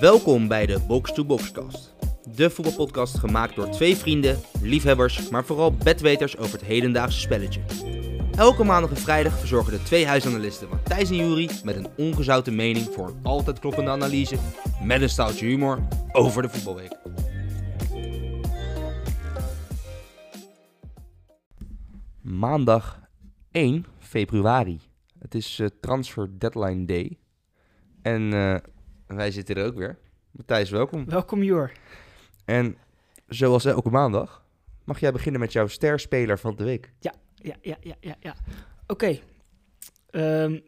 Welkom bij de Box to Boxcast. De voetbalpodcast gemaakt door twee vrienden, liefhebbers, maar vooral bedweters over het hedendaagse spelletje. Elke maandag en vrijdag verzorgen de twee huisanalisten Matthijs en Jury met een ongezouten mening voor een altijd kloppende analyse met een staaltje humor over de voetbalweek. Maandag 1 februari. Het is eh, transfer deadline day. En eh, wij zitten er ook weer. Matthijs, welkom. Welkom Jor. En zoals elke maandag mag jij beginnen met jouw sterspeler van de week. Ja, ja, ja, ja, ja. Oké. Ehm,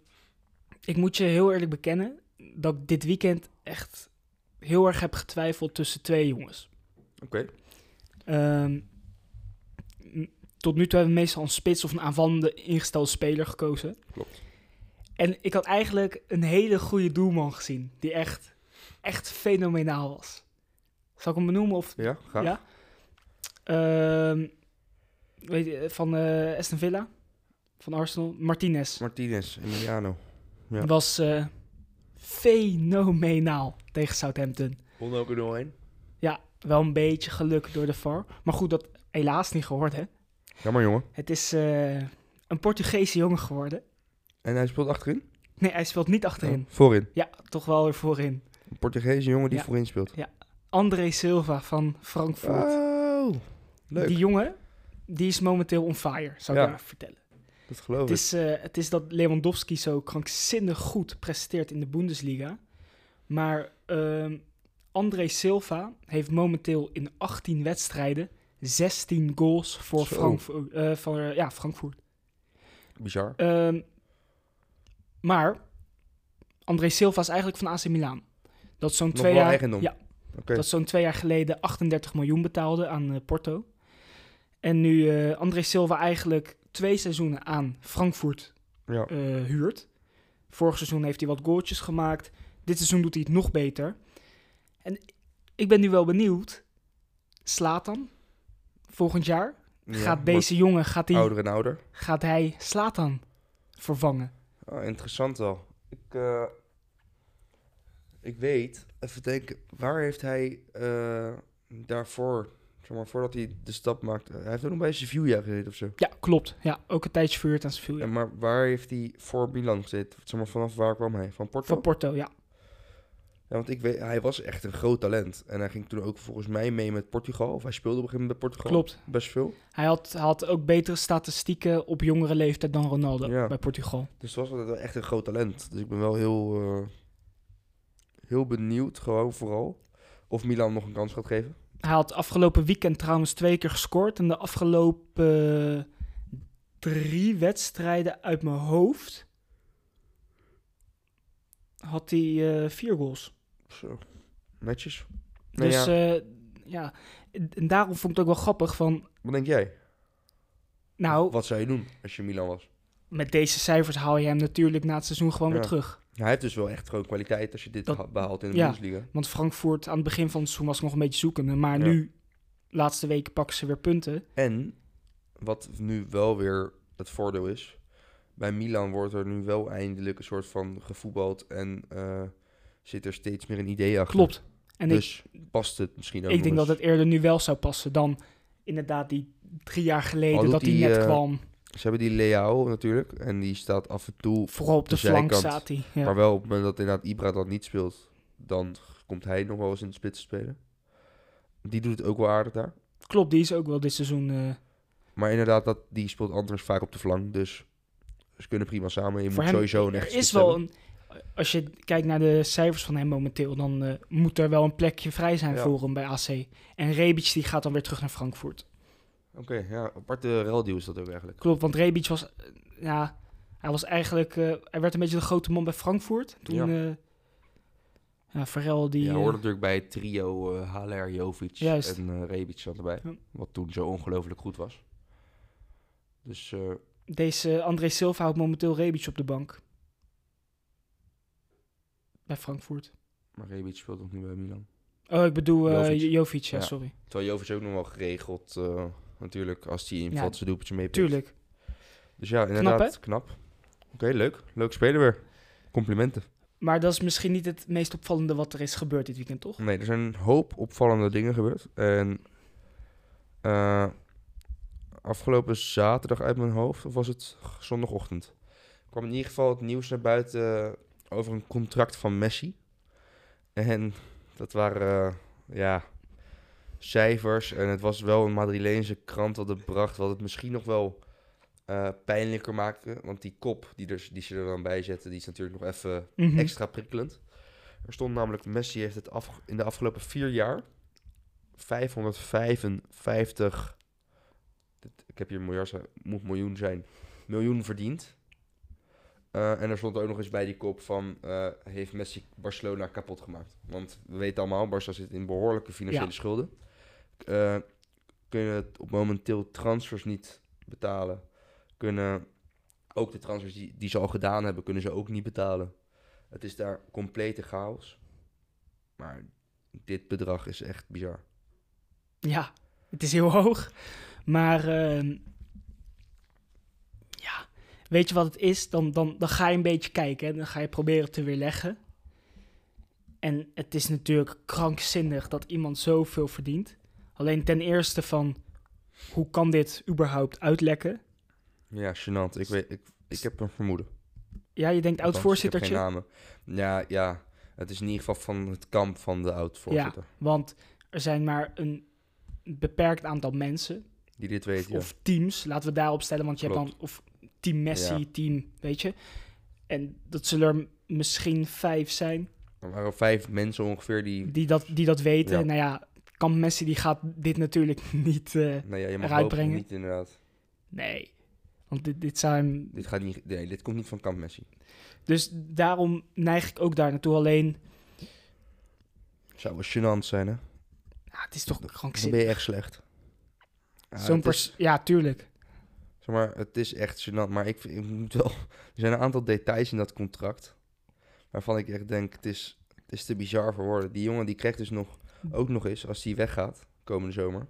ik moet je heel eerlijk bekennen dat ik dit weekend echt heel erg heb getwijfeld tussen twee jongens. Oké. Ehm, m- tot nu toe hebben we meestal een spits of een aanvallende ingestelde speler gekozen. Klopt. En ik had eigenlijk een hele goede doelman gezien, die echt, echt fenomenaal was. Zal ik hem benoemen of Ja, graag. Ja. Ehm, weet je, van eh Aston Villa, van Arsenal, Martinez. Martinez, Emiliano. Ja. Was eh, fenomenaal tegen Southampton. Kon ook er doorheen. Ja, wel een beetje geluk door de VAR. Maar goed, dat helaas niet gehoord, hè. Jammer, jongen. Het is eh, een Portugese jongen geworden. En hij speelt achterin? Nee, hij speelt niet achterin. Oh, voorin. Ja, toch wel weer voorin. Een Portugese jongen die Ja. voorin speelt. André Silva van Frankfurt. Oh, leuk. Die jongen, die is momenteel on fire, zou Ja. ik maar vertellen. Dat geloof Het is, eh, het is dat Lewandowski zo krankzinnig goed presteert in de Bundesliga. Maar ehm, André Silva heeft momenteel in 18 wedstrijden 16 goals voor Zo. Frankfurt. eh, van, eh, ja, Frankfurt. ik. Bizar. Ehm, maar André Silva is eigenlijk van AC Milan. Dat zo'n Nog twee wel jaar, eigendom. Ja, Oké. dat zo'n twee jaar geleden 38 miljoen betaalde aan eh, Porto. En nu eh, André Silva eigenlijk twee seizoenen aan Frankfurt Ja. eh, huurt. Vorig seizoen heeft hij wat goaltjes gemaakt. Dit seizoen doet hij het nog beter. En ik ben nu wel benieuwd. Slatan, volgend jaar Ja, gaat wordt deze jongen gaat hij, Ouder en ouder. gaat hij Slatan vervangen. Oh, interessant al. Ik, eh, ik weet, even denken, waar heeft hij eh, daarvoor, zeg maar, voordat hij de stap maakte, hij heeft ook nog bij Sevilla gezeten of zo. Ja, klopt. Ja, ook een tijdje verhuurd aan Sevilla. En maar waar heeft hij voor Milan gezeten? Zeg maar, vanaf waar kwam hij? Van Porto? Van Porto, ja. ja, want ik weet, hij was echt een groot talent. En hij ging toen ook volgens mij mee met Portugal. Of hij speelde op een gegeven moment bij Portugal. Klopt. Best veel. Hij had, had ook betere statistieken op jongere leeftijd dan Ronaldo Ja. bij Portugal. Dus het was altijd wel echt een groot talent. Dus ik ben wel heel, eh, heel benieuwd, gewoon vooral, of Milan nog een kans gaat geven. Hij had afgelopen weekend trouwens twee keer gescoord. En de afgelopen eh, drie wedstrijden uit mijn hoofd had hij eh, vier goals. Zo. Netjes. Nou dus ja. ja. ja, en daarom vond ik het ook wel grappig van... Wat denk jij? Nou, Wat zou je doen als je Milan was? met deze cijfers haal je hem natuurlijk na het seizoen gewoon Ja. weer terug. Nou, hij heeft dus wel echt gewoon kwaliteit als je dit Dat- ha- behaalt in de ja. Bundesliga. Want Frankfurt aan het begin van het seizoen was nog een beetje zoekende. Maar Ja. nu, laatste week, pakken ze weer punten. En wat nu wel weer het voordeel is, bij Milan wordt er nu wel eindelijk een soort van gevoetbald en eh, zit er steeds meer een idee achter. Klopt. En ik dus past het misschien ook Ik denk nog dat eens. het eerder nu wel zou passen dan inderdaad die drie jaar geleden Al doet dat hij die, net eh, kwam. Ze hebben die Leao natuurlijk en die staat af en toe, Vooral op de, de flank zijkant. staat hij. Ja. maar wel op het moment dat inderdaad Ibra dat niet speelt, dan komt hij nog wel eens in de spits te spelen. Die doet het ook wel aardig daar. Klopt, die is ook wel dit seizoen. eh, Maar inderdaad, dat, die speelt anders vaak op de flank. Dus ze kunnen prima samen. Je voor moet hem sowieso een er echt is wel een. Als je kijkt naar de cijfers van hem momenteel, dan eh, moet er wel een plekje vrij zijn Ja. voor hem bij AC. En Rebic die gaat dan weer terug naar Frankfurt. Oké, ja, aparte reldeal is dat ook eigenlijk. Klopt, want Rebic was, eh, ja, hij was eigenlijk, eh, hij werd een beetje de grote man bij Frankfurt. Toen, Ja. ja, ja Varel die. je eh, hoort natuurlijk bij het trio eh, Haller, Jovic Juist. en eh, Rebic zat erbij. Ja. Wat toen zo ongelooflijk goed was. Dus eh, Deze André Silva houdt momenteel Rebic op de bank. Bij Frankfurt. maar Rebic speelt nog niet bij Milan. Oh, ik bedoel eh, Jovic. Jovic, ja, Ja. sorry. Terwijl Jovic ook nog wel geregeld eh, natuurlijk. Als hij Ja, invalt, zijn doelpuntje meepikt. Tuurlijk. Dus ja, inderdaad, knap. Oké, leuk. Leuk spelen weer. Complimenten. Maar dat is misschien niet het meest opvallende wat er is gebeurd dit weekend, toch? Nee, er zijn een hoop opvallende dingen gebeurd. En eh, afgelopen zaterdag uit mijn hoofd, of was het zondagochtend, kwam in ieder geval het nieuws naar buiten eh, over een contract van Messi. En dat waren, eh, ja, cijfers. En het was wel een Madrileense krant dat het bracht, wat het misschien nog wel eh, pijnlijker maakte. Want die kop die, er, die ze er dan bij zetten, die is natuurlijk nog even Mhm. extra prikkelend. Er stond namelijk, Messi heeft het af, in de afgelopen vier jaar 555, dit- ik heb hier miljard, zijn- moet miljoen zijn, miljoen verdiend. Eh, en er stond ook nog eens bij die kop van, eh, heeft Messi Barcelona kapot gemaakt? Want we weten allemaal, Barça zit in behoorlijke financiële Ja. schulden. Eh, kunnen het op momenteel transfers niet betalen. Kunnen ook de transfers die, die ze al gedaan hebben, kunnen ze ook niet betalen. Het is daar complete chaos. Maar dit bedrag is echt bizar. Ja, het is heel hoog. Maar ehm, ja, weet je wat het is? Dan, dan, dan ga je een beetje kijken en dan ga je proberen te weerleggen. En het is natuurlijk krankzinnig dat iemand zoveel verdient. Alleen ten eerste van, hoe kan dit überhaupt uitlekken? Ja, gênant. Ik, weet, ik, ik heb een vermoeden. Ja, je denkt Althans, oud-voorzittertje. Ik heb geen namen. Ja, ja, het is in ieder geval van het kamp van de oud-voorzitter. Want er zijn maar een beperkt aantal mensen. Die dit weet, ja. Of teams, laten we daarop stellen. Want je hebt Klopt. dan of team Messi, Ja. team, weet je. En dat zullen er m- misschien vijf zijn Er waren vijf mensen ongeveer die... die dat, die dat weten. Hm. Ja. Nou ja, kan Messi, die gaat dit natuurlijk niet... eh, Nou ja, je mag eruit hopen van brengen. niet inderdaad. nee, want dit, dit zijn... Dit, gaat niet, nee, dit komt niet van kamp Messi. Dus daarom neig ik ook daar naartoe. Alleen, Zou wel gênant zijn, hè? ja, het is toch Dan krankzinnig. ben je echt slecht. Ja, Zo'n het is- pers- Ja, tuurlijk. Zeg maar, het is echt gênant. Maar ik, vind- ik moet wel... Er zijn een aantal details in dat contract... waarvan ik echt denk, het is, het is te bizar voor woorden. Die jongen die krijgt dus nog, ook nog eens, als hij weggaat komende zomer...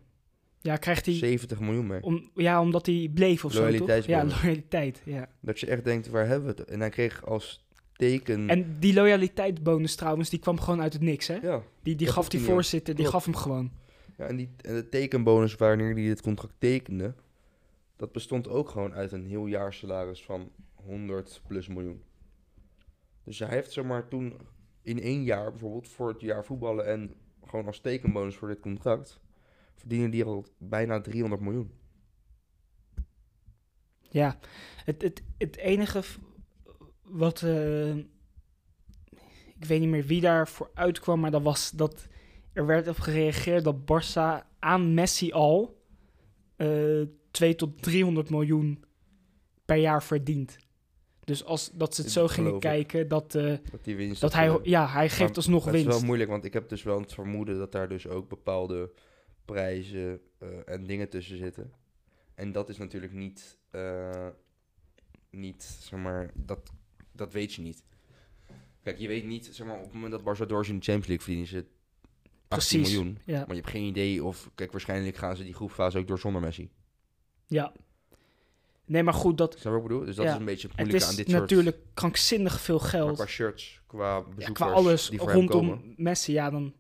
Ja, krijgt hij... 70 miljoen mee. Om, ja, omdat hij bleef of zo, toch? Ja, Loyaliteitsbonus. loyaliteit, ja. Dat je echt denkt, waar hebben we het? En hij kreeg als teken... En die loyaliteitsbonus trouwens, die kwam gewoon uit het niks, hè? ja, Die, die Dat gaf doet hij die niet, hoor. voorzitter, die Klopt. gaf hem gewoon. ja, en, die, en de tekenbonus wanneer hij dit contract tekende... dat bestond ook gewoon uit een heel jaar salaris van 100 plus miljoen. Dus hij heeft zomaar toen in één jaar, bijvoorbeeld voor het jaar voetballen... en gewoon als tekenbonus voor dit contract... verdienen die al bijna 300 miljoen. Ja, het, het, het enige v- wat. eh, ik weet niet meer wie daarvoor uitkwam, maar dat was dat er werd op gereageerd dat Barça aan Messi al eh 2 tot 300 miljoen per jaar verdient. Dus als dat ze het zo Dat gingen geloof ik. kijken, dat, eh, Dat die winst... dat hij, eh, ja, hij geeft Maar alsnog Het winst. is wel moeilijk, want ik heb dus wel het vermoeden dat daar dus ook bepaalde prijzen eh, en dingen tussen zitten. En dat is natuurlijk niet, eh, niet zeg maar, dat, dat weet je niet. Kijk, je weet niet, zeg maar, op het moment dat Barça door is in de Champions League verdienen ze 18 Precies. miljoen. ja, Maar je hebt geen idee of, kijk, waarschijnlijk gaan ze die groepfase ook door zonder Messi. ja. Nee, maar goed, dat, Snap je wat ik bedoel? Dus dat Ja. is een beetje het het moeilijke is aan dit soort... natuurlijk krankzinnig veel Maar geld. qua shirts, qua Ja, bezoekers qua alles die voor hem komen, rondom Messi, ja, dan.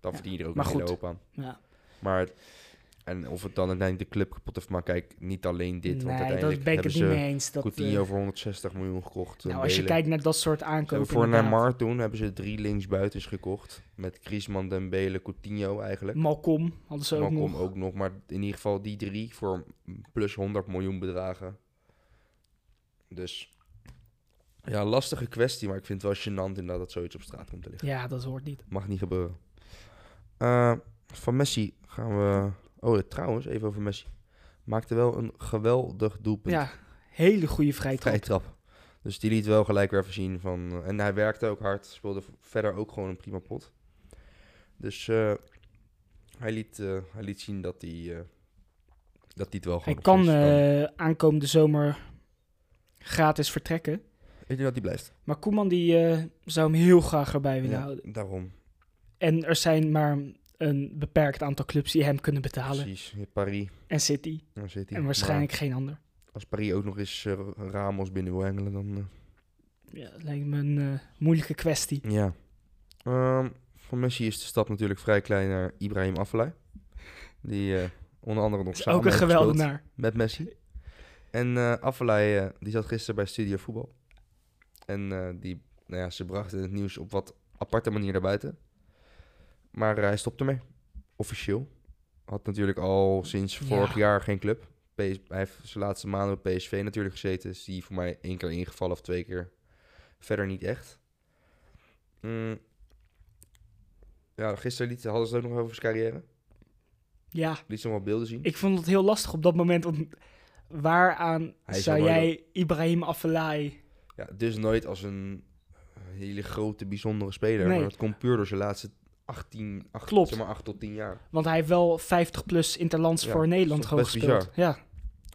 dan Ja. verdien je er ook Maar een hele goed. hoop aan. Ja. Maar en of het dan uiteindelijk de club kapot heeft maar kijk, niet alleen dit. want nee, uiteindelijk dat ben ik hebben het niet ze mee eens. Dat, eh, Coutinho voor 160 miljoen gekocht. nou, eh, als je Bale. kijkt naar dat soort Ze hebben aankopen. voor inderdaad. Neymar toen hebben ze drie linksbuitens gekocht. Met Griezmann, Dembele, Coutinho eigenlijk. Malcolm hadden ze ook Malcolm nog. ook nog. Maar in ieder geval die drie voor plus 100 miljoen bedragen. Dus ja, lastige kwestie. Maar ik vind het wel gênant inderdaad dat zoiets op straat komt te liggen. Ja, dat hoort niet. Mag niet gebeuren. Eh, van Messi gaan we. Oh, ja, trouwens, even over Messi. Maakte wel een geweldig doelpunt. Ja, hele goede vrijtrap. Vrije trap. Dus die liet wel gelijk weer even zien van. eh, en hij werkte ook hard. Speelde v- verder ook gewoon een prima pot. Dus eh, hij, liet, eh, hij liet zien dat hij. eh, dat hij het wel Hij gewoon. kan nog steeds kan. eh, aankomende zomer gratis vertrekken. Ik denk dat hij blijft. Maar Koeman die, eh, zou hem heel graag erbij willen Ja, houden. daarom. En er zijn maar een beperkt aantal clubs die hem kunnen betalen. Precies, je hebt Paris, En City. daar zit hij. En waarschijnlijk geen ander. Maar als Paris ook nog eens eh, Ramos binnen wil hengelen, dan... eh, Ja, dat lijkt me een eh, moeilijke kwestie. Ja. Ehm, voor Messi is de stap natuurlijk vrij klein naar Ibrahim Afellay. Die eh, onder andere nog Is samen ook een nou. heeft gespeeld geweldenaar. met Messi. En eh Afellay, eh, die zat gisteren bij Studio Voetbal. En eh, die, nou ja, ze brachten het nieuws op wat aparte manier naar buiten. Maar eh, hij stopte mee. Officieel. Had natuurlijk al sinds Ja. vorig jaar geen club. PS hij heeft zijn laatste maanden bij PSV natuurlijk gezeten. Is die voor mij één keer ingevallen of twee keer. Verder niet echt. Mm. Ja, gisteren liet, hadden ze het ook nog over zijn carrière. Ja, Liet ze nog wat beelden zien. ik vond het heel lastig op dat moment. Om, waaraan Hij is zou wel mooi, jij Ibrahim Afellay... Ja, dus nooit als een eh, hele grote, bijzondere speler. Nee. Maar dat komt puur door zijn laatste 18, 8, Klopt. Zeg maar 8 tot 10 jaar. Want hij heeft wel 50 plus interlands Ja, voor Nederland is gewoon best gespeeld. Ja,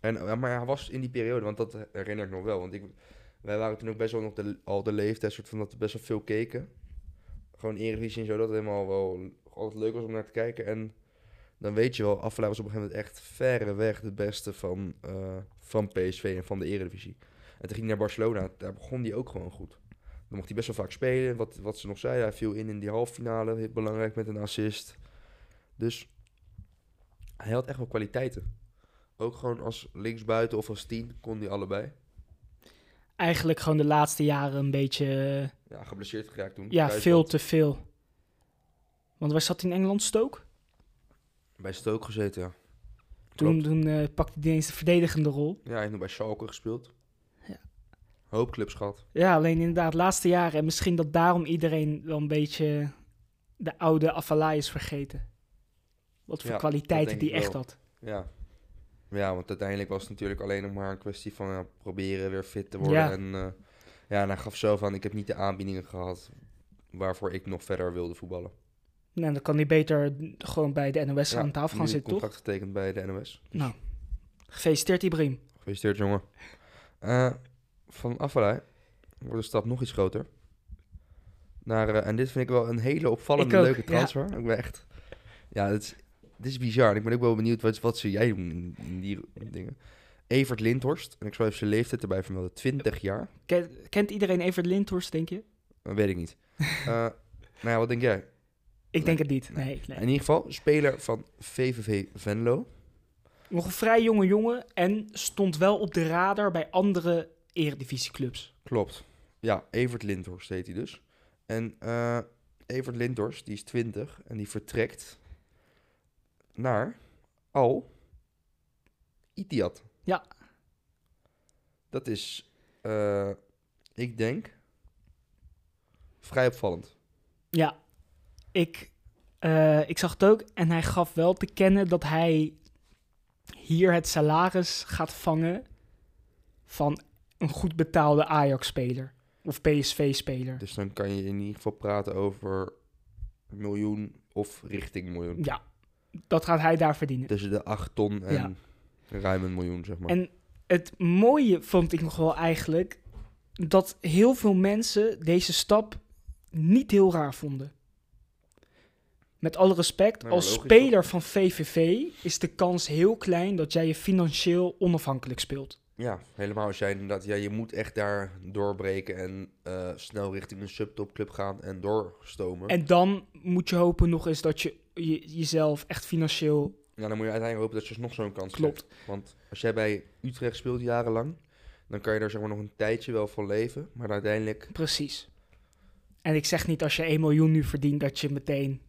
En, ja, maar hij was in die periode, want dat herinner ik nog wel. Want ik, wij waren toen ook best wel nog de, al de leeftijd, soort van dat we best wel veel keken. Gewoon Eredivisie en zo, dat het helemaal wel altijd leuk was om naar te kijken. En dan weet je wel, Affelay was op een gegeven moment echt verreweg de beste van, eh, van PSV en van de Eredivisie. En toen ging hij naar Barcelona, daar begon hij ook gewoon goed. Dan mocht hij best wel vaak spelen, wat, wat ze nog zei. Hij viel in in die halve finale, heel belangrijk met een assist. Dus hij had echt wel kwaliteiten. Ook gewoon als linksbuiten of als tien kon die allebei. eigenlijk gewoon de laatste jaren een beetje... eh, Ja, geblesseerd geraakt toen. Ja, Kruisband. veel te veel. Want waar zat hij in Engeland? Stoke? Bij Stoke gezeten, ja. Toen, Klopt. toen eh, pakte hij eens de verdedigende rol. Ja, hij heeft nog bij Schalke gespeeld. Ja. Hoop clubs gehad. Ja, alleen inderdaad, laatste jaren. En misschien dat daarom iedereen wel een beetje de oude Afalai is vergeten. Wat voor Ja, kwaliteiten dat denk die ik echt wel. had. Ja. Ja, want uiteindelijk was het natuurlijk alleen nog maar een kwestie van ja, proberen weer fit te worden. Ja. En, eh, ja, en hij gaf zelf aan, ik heb niet de aanbiedingen gehad waarvoor ik nog verder wilde voetballen. Nou, dan kan hij beter gewoon bij de NOS Ja, aan tafel gaan nu zitten, toch? contract getekend bij de NOS. Nou, gefeliciteerd Ibrahim. Gefeliciteerd, jongen. Eh, van Afalai wordt de stap nog iets groter. Naar, eh, en dit vind ik wel een hele opvallende Ik ook, leuke ja. transfer. Ik ben echt... Ja, dit is, dit is bizar. En ik ben ook wel benieuwd, wat, wat zou jij doen in, in die dingen? Evert Lindhorst, en ik zal even zijn leeftijd erbij vermelden, 20 jaar. Ken- kent iedereen Evert Lindhorst, denk je? Dat weet ik niet. Eh, nou ja, wat denk jij? Ik denk het niet. nee. Nee, nee. In ieder geval, speler van VVV Venlo. Nog een vrij jonge jongen en stond wel op de radar bij andere eredivisieclubs. Klopt. Ja, Evert Lindhorst heet hij dus. En eh, Evert Lindhorst, die is 20 en die vertrekt naar Al Itiad. Ja. Dat is, eh, ik denk, vrij opvallend. Ja, ik, eh, ik zag het ook. En hij gaf wel te kennen dat hij hier het salaris gaat vangen van een goed betaalde Ajax-speler. Of PSV-speler. Dus dan kan je in ieder geval praten over miljoen of richting miljoen. Ja, dat gaat hij daar verdienen. Tussen de 8 ton en ruim een miljoen, zeg maar. En- Het mooie vond ik nog wel eigenlijk dat heel veel mensen deze stap niet heel raar vonden. Met alle respect, Nee, maar als logisch, speler van VVV is de kans heel klein dat jij je financieel onafhankelijk speelt. Ja, helemaal als jij inderdaad... Ja, je moet echt daar doorbreken en eh, snel richting een subtopclub gaan en doorstomen. En dan moet je hopen nog eens dat je, je jezelf echt financieel Ja, dan moet je uiteindelijk hopen dat je nog zo'n kans klopt. krijgt. Want als jij bij Utrecht speelt jarenlang, dan kan je daar zeg maar nog een tijdje wel van leven. Maar uiteindelijk... Precies. En ik zeg niet als je 1 miljoen nu verdient dat je meteen.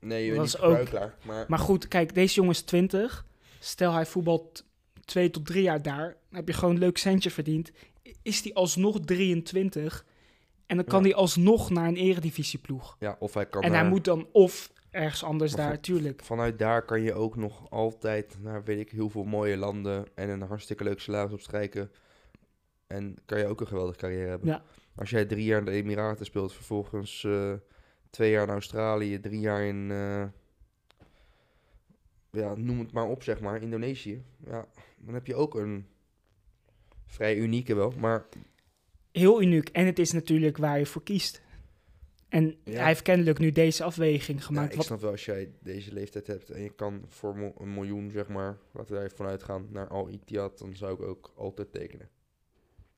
Nee, je Dat bent is niet ook- gebruikelaar. Maar, Maar goed, kijk, deze jongen is 20. Stel hij voetbalt 2 tot 3 jaar daar. Dan heb je gewoon een leuk centje verdiend. I- Is die alsnog 23? En dan kan Ja. die alsnog naar een eredivisieploeg. ja, of hij kan en hij naar- moet dan of ergens anders Maar daar, voor- tuurlijk. Vanuit daar kan je ook nog altijd naar, weet ik, heel veel mooie landen en een hartstikke leuk salaris opstrijken. En kan je ook een geweldige carrière hebben. Ja. Als jij drie jaar in de Emiraten speelt, vervolgens eh, twee jaar in Australië, drie jaar in, eh, ja, noem het maar op, zeg maar, Indonesië. Ja, dan heb je ook een vrij unieke wel, maar Heel uniek. En het is natuurlijk waar je voor kiest. En Ja. hij heeft kennelijk nu deze afweging Ja, gemaakt. ik wat, snap wel, als jij deze leeftijd hebt en je kan voor mo- een miljoen, zeg maar, laten we daar even vanuit gaan, naar Al Ittihad, dan zou ik ook altijd tekenen.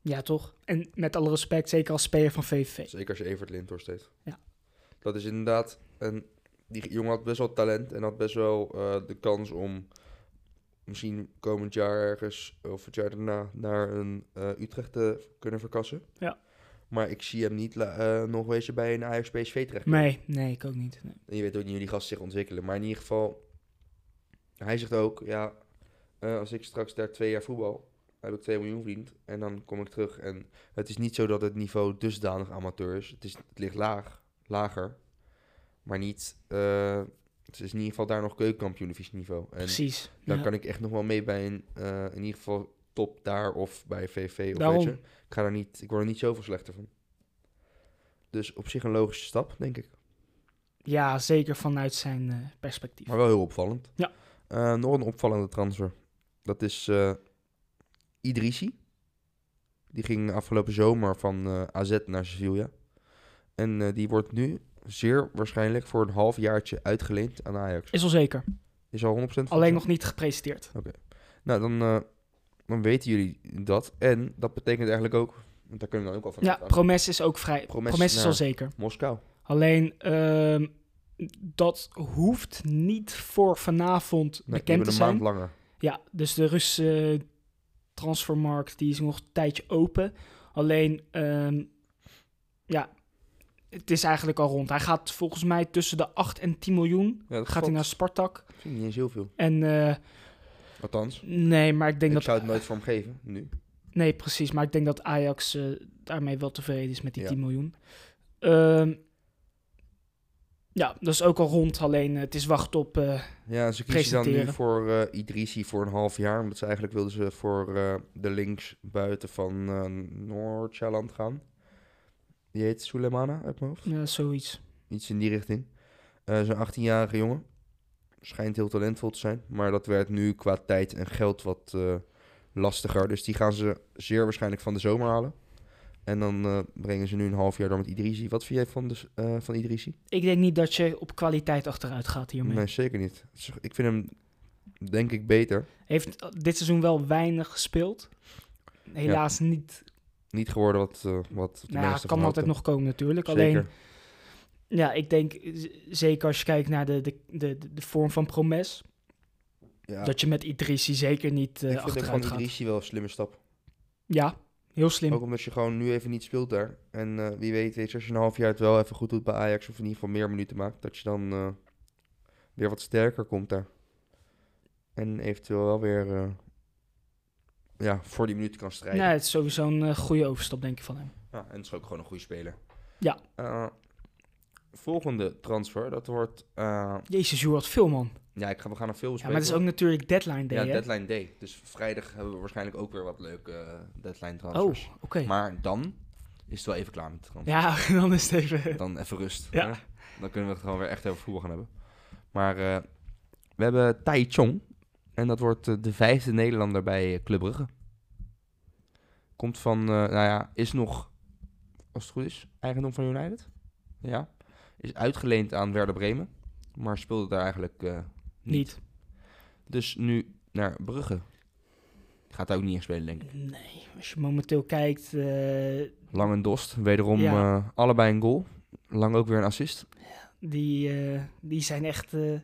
ja, toch? En met alle respect, zeker als speler van VVV. Zeker als je Evert Lindhorst heeft. Ja. Dat is inderdaad, een, die jongen had best wel talent en had best wel eh, de kans om misschien komend jaar ergens, of het jaar daarna, naar een eh, Utrecht te kunnen verkassen. Ja. Maar ik zie hem niet la- eh, nog wezen bij een Ajax PSV terecht. Nee, nee, ik ook niet. Nee. En je weet ook niet hoe die gasten zich ontwikkelen. Maar in ieder geval, hij zegt ook, ja, eh, als ik straks daar twee jaar voetbal, heb ik 2 miljoen verdiend. En dan kom ik terug. En het is niet zo dat het niveau dusdanig amateur is. Het, is, het ligt laag, lager. Maar niet, eh, het is in ieder geval daar nog keukenkampioenvisie niveau. En Precies. dan Ja. kan ik echt nog wel mee bij een, eh, in ieder geval top daar of bij VV. Of Daarom. weet je. Ik, ga daar niet, ik word er niet zoveel slechter van. Dus op zich een logische stap, denk ik. Ja, zeker vanuit zijn eh, perspectief. Maar wel heel opvallend. Ja. Eh, nog een opvallende transfer. Dat is eh Idrissi. Die ging afgelopen zomer van eh, AZ naar Sevilla. En eh, die wordt nu zeer waarschijnlijk voor een half jaartje uitgeleend aan Ajax. Is al zeker. Is al 100% vast, Alleen hè? nog niet gepresenteerd. Nou, dan, eh, dan weten jullie dat. En dat betekent eigenlijk ook... Want daar kunnen we dan ook al van Ja, uitgaan. Promes is ook vrij. Promes Promes, is naar- al zeker. Moskou. Alleen, ehm, dat hoeft niet voor vanavond Nee, die bekend hebben te een zijn. maand langer. Ja, dus de Russische transfermarkt die is nog een tijdje open. Alleen, ehm, ja, het is eigenlijk al rond. Hij gaat volgens mij tussen de 8 en 10 miljoen. Ja, dat Gaat hij naar valt- Spartak. vind ik niet eens heel veel. En eh, Althans, ik, nee, maar ik denk dat... zou het nooit voor hem geven, nu. Nee, precies. Maar ik denk dat Ajax eh, daarmee wel tevreden is met die Ja. 10 miljoen. Ehm, ja, dat is ook al rond. Alleen eh, het is wacht op. eh, Ja, ze kiezen dan nu presenteren. voor eh Idrisi voor een half jaar. Omdat ze eigenlijk wilden ze voor eh, de links buiten van eh Noord-Sjaland gaan. Die heet Sulemana uit mijn hoofd. ja, eh, zoiets. Iets in die richting. Eh Zo'n 18-jarige jongen. Schijnt heel talentvol te zijn. Maar dat werd nu qua tijd en geld wat eh, lastiger. Dus die gaan ze zeer waarschijnlijk van de zomer halen. En dan eh, brengen ze nu een half jaar door met Idrisi. Wat vind jij van, de, s- eh, van Idrisi? Ik denk niet dat je op kwaliteit achteruit gaat hiermee. Nee, zeker niet. Het is- Ik vind hem, denk ik, beter. Heeft eh, dit seizoen wel weinig gespeeld. Helaas niet. niet geworden wat, eh, wat de Nou ja, meeste kan altijd nog komen natuurlijk. Alleen, ja, ik denk eh, z- zeker als je kijkt naar de, de, de, de- de vorm van Promes. ja, Dat je met Idrissi zeker niet eh, ik vind ook van achteruit gaat. Idrissi wel een slimme stap. Ja, heel slim. Ook omdat je gewoon nu even niet speelt daar. En eh, wie weet, weet je, als je een half jaar het wel even goed doet bij Ajax... of in ieder geval meer minuten maakt, dat je dan eh, weer wat sterker komt daar. En eventueel wel weer eh, ja, voor die minuten kan strijden. Nee, het is sowieso een eh, goede overstap, denk ik, van hem. Ja, en het is ook gewoon een goede speler. Ja. Eh, volgende transfer, dat wordt... eh, Jezus, joh, wat veel, man. ja, ik ga, we gaan naar veel Ja, maar het is ook natuurlijk deadline day, ja, hè? deadline day. Dus vrijdag hebben we waarschijnlijk ook weer wat leuke eh, deadline Oh, transfers. oké. Maar dan is het wel even klaar met de transfer. Ja, dan is het even... Dan even rust. Ja. hè? Dan kunnen we het gewoon weer echt over voetbal gaan hebben. Maar eh, we hebben Tai Chong. En dat wordt eh, de vijfde Nederlander bij eh, Club Brugge. Komt van, eh, nou ja, is nog, als het goed is, eigendom van United. Ja. Is uitgeleend aan Werder Bremen. Maar speelde daar eigenlijk eh, niet. Niet. Dus nu naar Brugge. Gaat hij ook niet in spelen, denk ik. Nee, als je momenteel kijkt... eh, Lang en Dost, wederom Ja. eh, allebei een goal. Lang ook weer een assist. die, eh, die zijn echt... eh,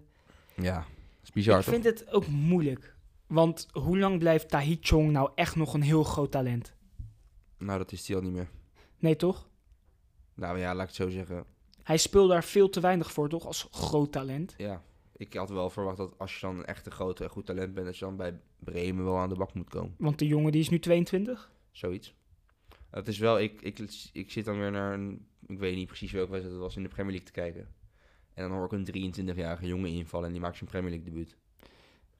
Ja, is bizar ik toch? vind het ook moeilijk. Want hoe lang blijft Tahi Chong nou echt nog een heel groot talent? Nou, dat is hij al niet meer. Nee, toch? Nou ja, laat ik het zo zeggen. Hij speelt daar veel te weinig voor, toch? Als groot talent. Ja, ik had wel verwacht dat als je dan een echte grote en goed talent bent, dat je dan bij Bremen wel aan de bak moet komen. Want de jongen die is nu 22. Zoiets. Het is wel, ik, ik, ik zit dan weer naar een, ik weet niet precies welke wedstrijd het was, in de Premier League te kijken. En dan hoor ik een 23-jarige jongen invallen en die maakt zijn Premier League debuut.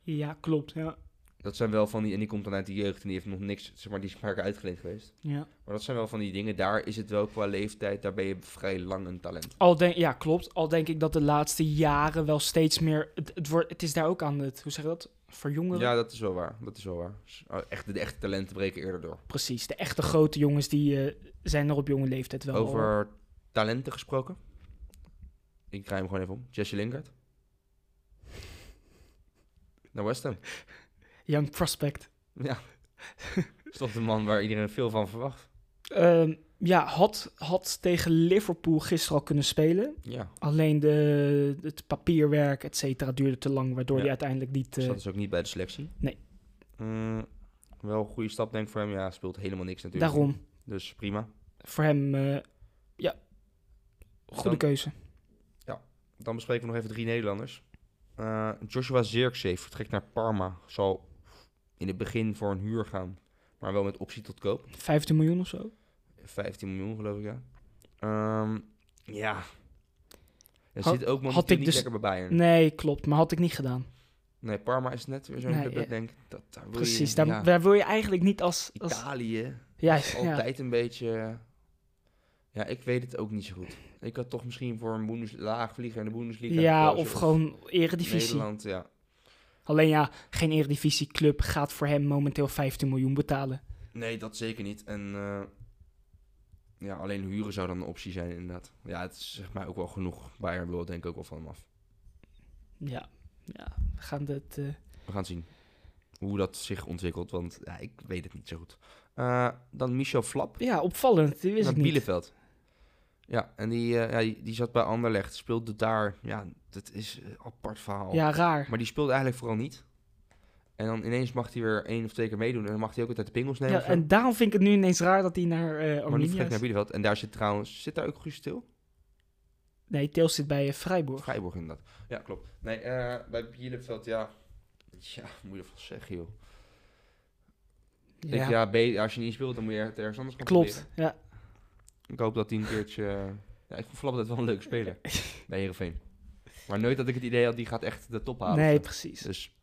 Ja, klopt. Ja. Dat zijn wel van die, en die komt dan uit de jeugd en die heeft nog niks, zeg maar, die is een paar keer uitgeleend geweest. ja. Maar dat zijn wel van die dingen. Daar is het wel qua leeftijd, daar ben je vrij lang een talent. Al denk, ja, klopt. Al denk ik dat de laatste jaren wel steeds meer... Het, het, wordt, het is daar ook aan het... Hoe zeg je dat? Verjongeren? Ja, dat is wel waar. Dat is wel waar. Dus, oh, Echt, de echte talenten breken eerder door. Precies, de echte grote jongens die eh, zijn er op jonge leeftijd wel. Over talenten gesproken. Ik draai hem gewoon even om. Jesse Lingard. Naar West Ham. Young prospect. Ja. is toch de man waar iedereen veel van verwacht. Ehm, ja, had, had tegen Liverpool gisteren al kunnen spelen. Ja. Alleen de, het papierwerk, et cetera, duurde te lang, waardoor Ja. hij uiteindelijk niet... Dus eh, dat is ook niet bij de selectie. Nee. Eh, wel een goede stap denk ik voor hem. Ja, speelt helemaal niks natuurlijk. daarom, Dus prima. voor hem, eh, ja, goede Dan- keuze. Dan bespreken we nog even drie Nederlanders. Eh, Joshua Zirkzee vertrekt naar Parma. Zal in het begin voor een huur gaan, maar wel met optie tot koop. 15 miljoen of zo. 15 miljoen, geloof ik, ja. Ehm, ja. Er Had- zit ook momenteel had ik niet dus- lekker bij Bayern. Nee. Nee, klopt, maar had ik niet gedaan. Parma is net weer zo'n Nee, club dat ja. ik denk... Dat, daar wil je- Precies, daar, ja, daar wil je eigenlijk niet als... als Italië, ja, ja, altijd een beetje... Ja, ik weet het ook niet zo goed. Ik had toch misschien voor een Bundes, laagvlieger in de Bundesliga... ja, gekozen, of gewoon eredivisie. Nederland, ja. Alleen ja, geen eredivisieclub gaat voor hem momenteel 15 miljoen betalen. Nee, dat zeker niet. En eh, ja, alleen huren zou dan een optie zijn, inderdaad. Ja, het is zeg maar ook wel genoeg. Bayern wil het denk ik ook wel van hem af. Ja, ja we gaan dit... eh, We gaan zien hoe dat zich ontwikkelt, want ja, ik weet het niet zo goed. Eh, dan Michel Flap ja, opvallend, die wist naar ik niet. Bielefeld. Ja, en die, eh, ja, die, die zat bij Anderlecht, speelde daar. Ja, dat is een apart verhaal. Ja, raar. Maar die speelde eigenlijk vooral niet. En dan ineens mag hij weer één of twee keer meedoen. En dan mag hij ook altijd de pingels nemen. Ja, of zo. en daarom vind ik het nu ineens raar dat hij naar eh maar nu Arminia vertrekt is. naar Bielefeld. En daar zit trouwens, zit daar ook Guus Til? Nee, Tails zit bij eh, Freiburg. Vrijborg inderdaad. Ja, klopt. Nee, eh, bij Bielefeld, ja. Ja, moet je ervan zeggen, joh. Ik denk, Ja, ja, be- als je niet speelt, dan moet je het ergens anders gaan klopt. proberen. Ja. Ik hoop dat hij een keertje... eh, Ja, ik vond Flap altijd wel een leuke speler bij Heerenveen. Maar nooit dat ik het idee had, die gaat echt de top halen. Nee, precies. Dus,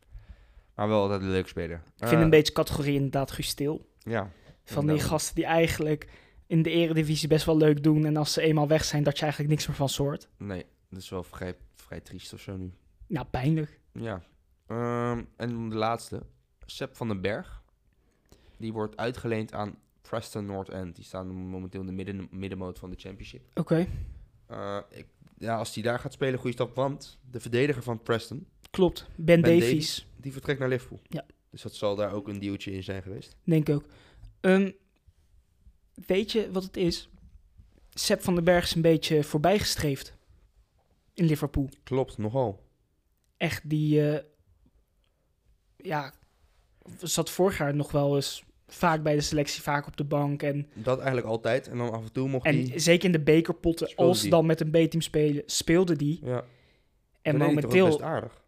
maar wel altijd een leuke speler. Eh, Ik vind een beetje categorie inderdaad gustil. Ja, Van die daarom. gasten die eigenlijk in de eredivisie best wel leuk doen. En als ze eenmaal weg zijn, dat je eigenlijk niks meer van soort. nee. Dat is wel vrij, vrij triest of zo nu. Nou, pijnlijk. Ja. Ehm, en de laatste. Sepp van den Berg. Die wordt uitgeleend aan Preston North End. Die staan momenteel in de midden, middenmoot van de championship. Oké, Eh, ik, ja, als die daar gaat spelen, goede stap. Want de verdediger van Preston, klopt. Ben, Davies. Davies, die vertrekt naar Liverpool. Ja. Dus dat zal daar ook een dealtje in zijn geweest. denk ik ook. Ehm, weet je wat het is? Sepp van den Berg is een beetje voorbijgestreefd in Liverpool. Klopt, nogal. echt die. eh, ja, zat vorig jaar nog wel eens vaak bij de selectie, vaak op de bank. En, Dat eigenlijk altijd. En dan af en toe mocht en die... zeker in de bekerpotten, Speelde als ze die. dan met een B-team spelen, speelde die. Ja, En dat deed hij toch ook momenteel. best aardig.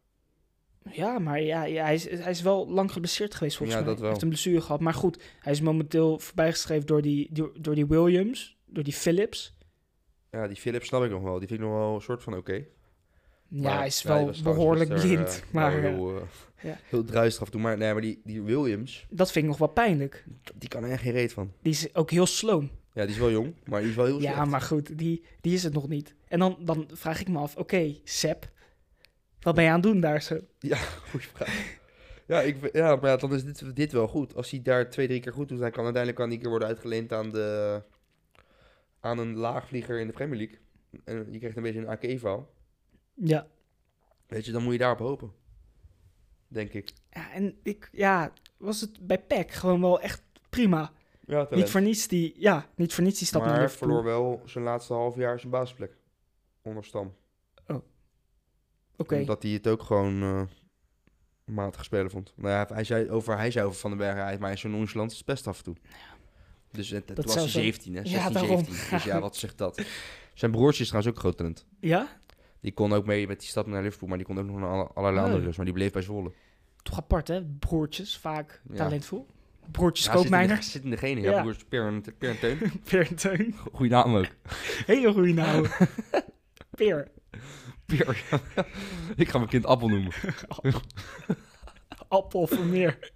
Ja, maar ja, ja, hij, is, hij is wel lang geblesseerd geweest volgens Ja, mij. dat wel. Hij heeft een blessure gehad. Maar goed, hij is momenteel voorbijgeschreven door die, door, door die Williams, door die Phillips. Ja, die Philips snap ik nog wel. Die vind ik nog wel een soort van oké. Ja, Maar hij is hij wel was trouwens behoorlijk gisteren, blind. eh, maar wel eh, heel, eh, ja. heel druistig af en toe. Maar, nee, maar die, die Williams, dat vind ik nog wel pijnlijk. die kan er echt geen reet van. Die is ook heel sloom. Ja, die is wel jong, maar die is wel heel Ja, slecht. maar goed, die, die is het nog niet. En dan, dan vraag ik me af, oké, Sep, wat ben je aan het doen daar zo? Goeie vraag. Ja, ik, vind- ja, maar ja, dan is dit, dit wel goed. Als hij daar twee, drie keer goed doet, dan kan uiteindelijk kan die keer worden uitgeleend aan, de, aan een laagvlieger in de Premier League. En je krijgt een beetje een AK-val. Ja. Weet je, dan moet je daarop hopen. Denk ik. ja en ik, ja, was het bij Peck gewoon wel echt prima. Ja, talent. Niet voor niets die, ja, niet voor niets die stap naar maar Liverpool. verloor wel zijn laatste half jaar zijn basisplek. Onder Stam. Oké, Omdat hij het ook gewoon eh, matig spelen vond. Nou ja, hij zei over, hij zei over Van den Bergen, hij- maar hij is zo nonchalant als het best af en toe. Dus het, het Dat was zou hij zo- 17, hè? Ja, 16, daarom. 17. Dus ja, wat zegt dat? Zijn broertje is trouwens ook een groot talent. ja, Die kon ook mee met die stap naar Liverpool, maar die kon ook nog naar alle- allerlei Oh. andere clubs. Maar die bleef bij Zwolle. toch apart hè, broertjes, vaak Ja. talentvol. Broertjes Ja, koopmijners. Zit in degene, ja. Ja. Broers Per en, per en Teun. Peer en Teun. Goeie naam ook. Hele goeie naam. Peer, Per. Ik ga mijn kind Appel noemen. appel voor meer.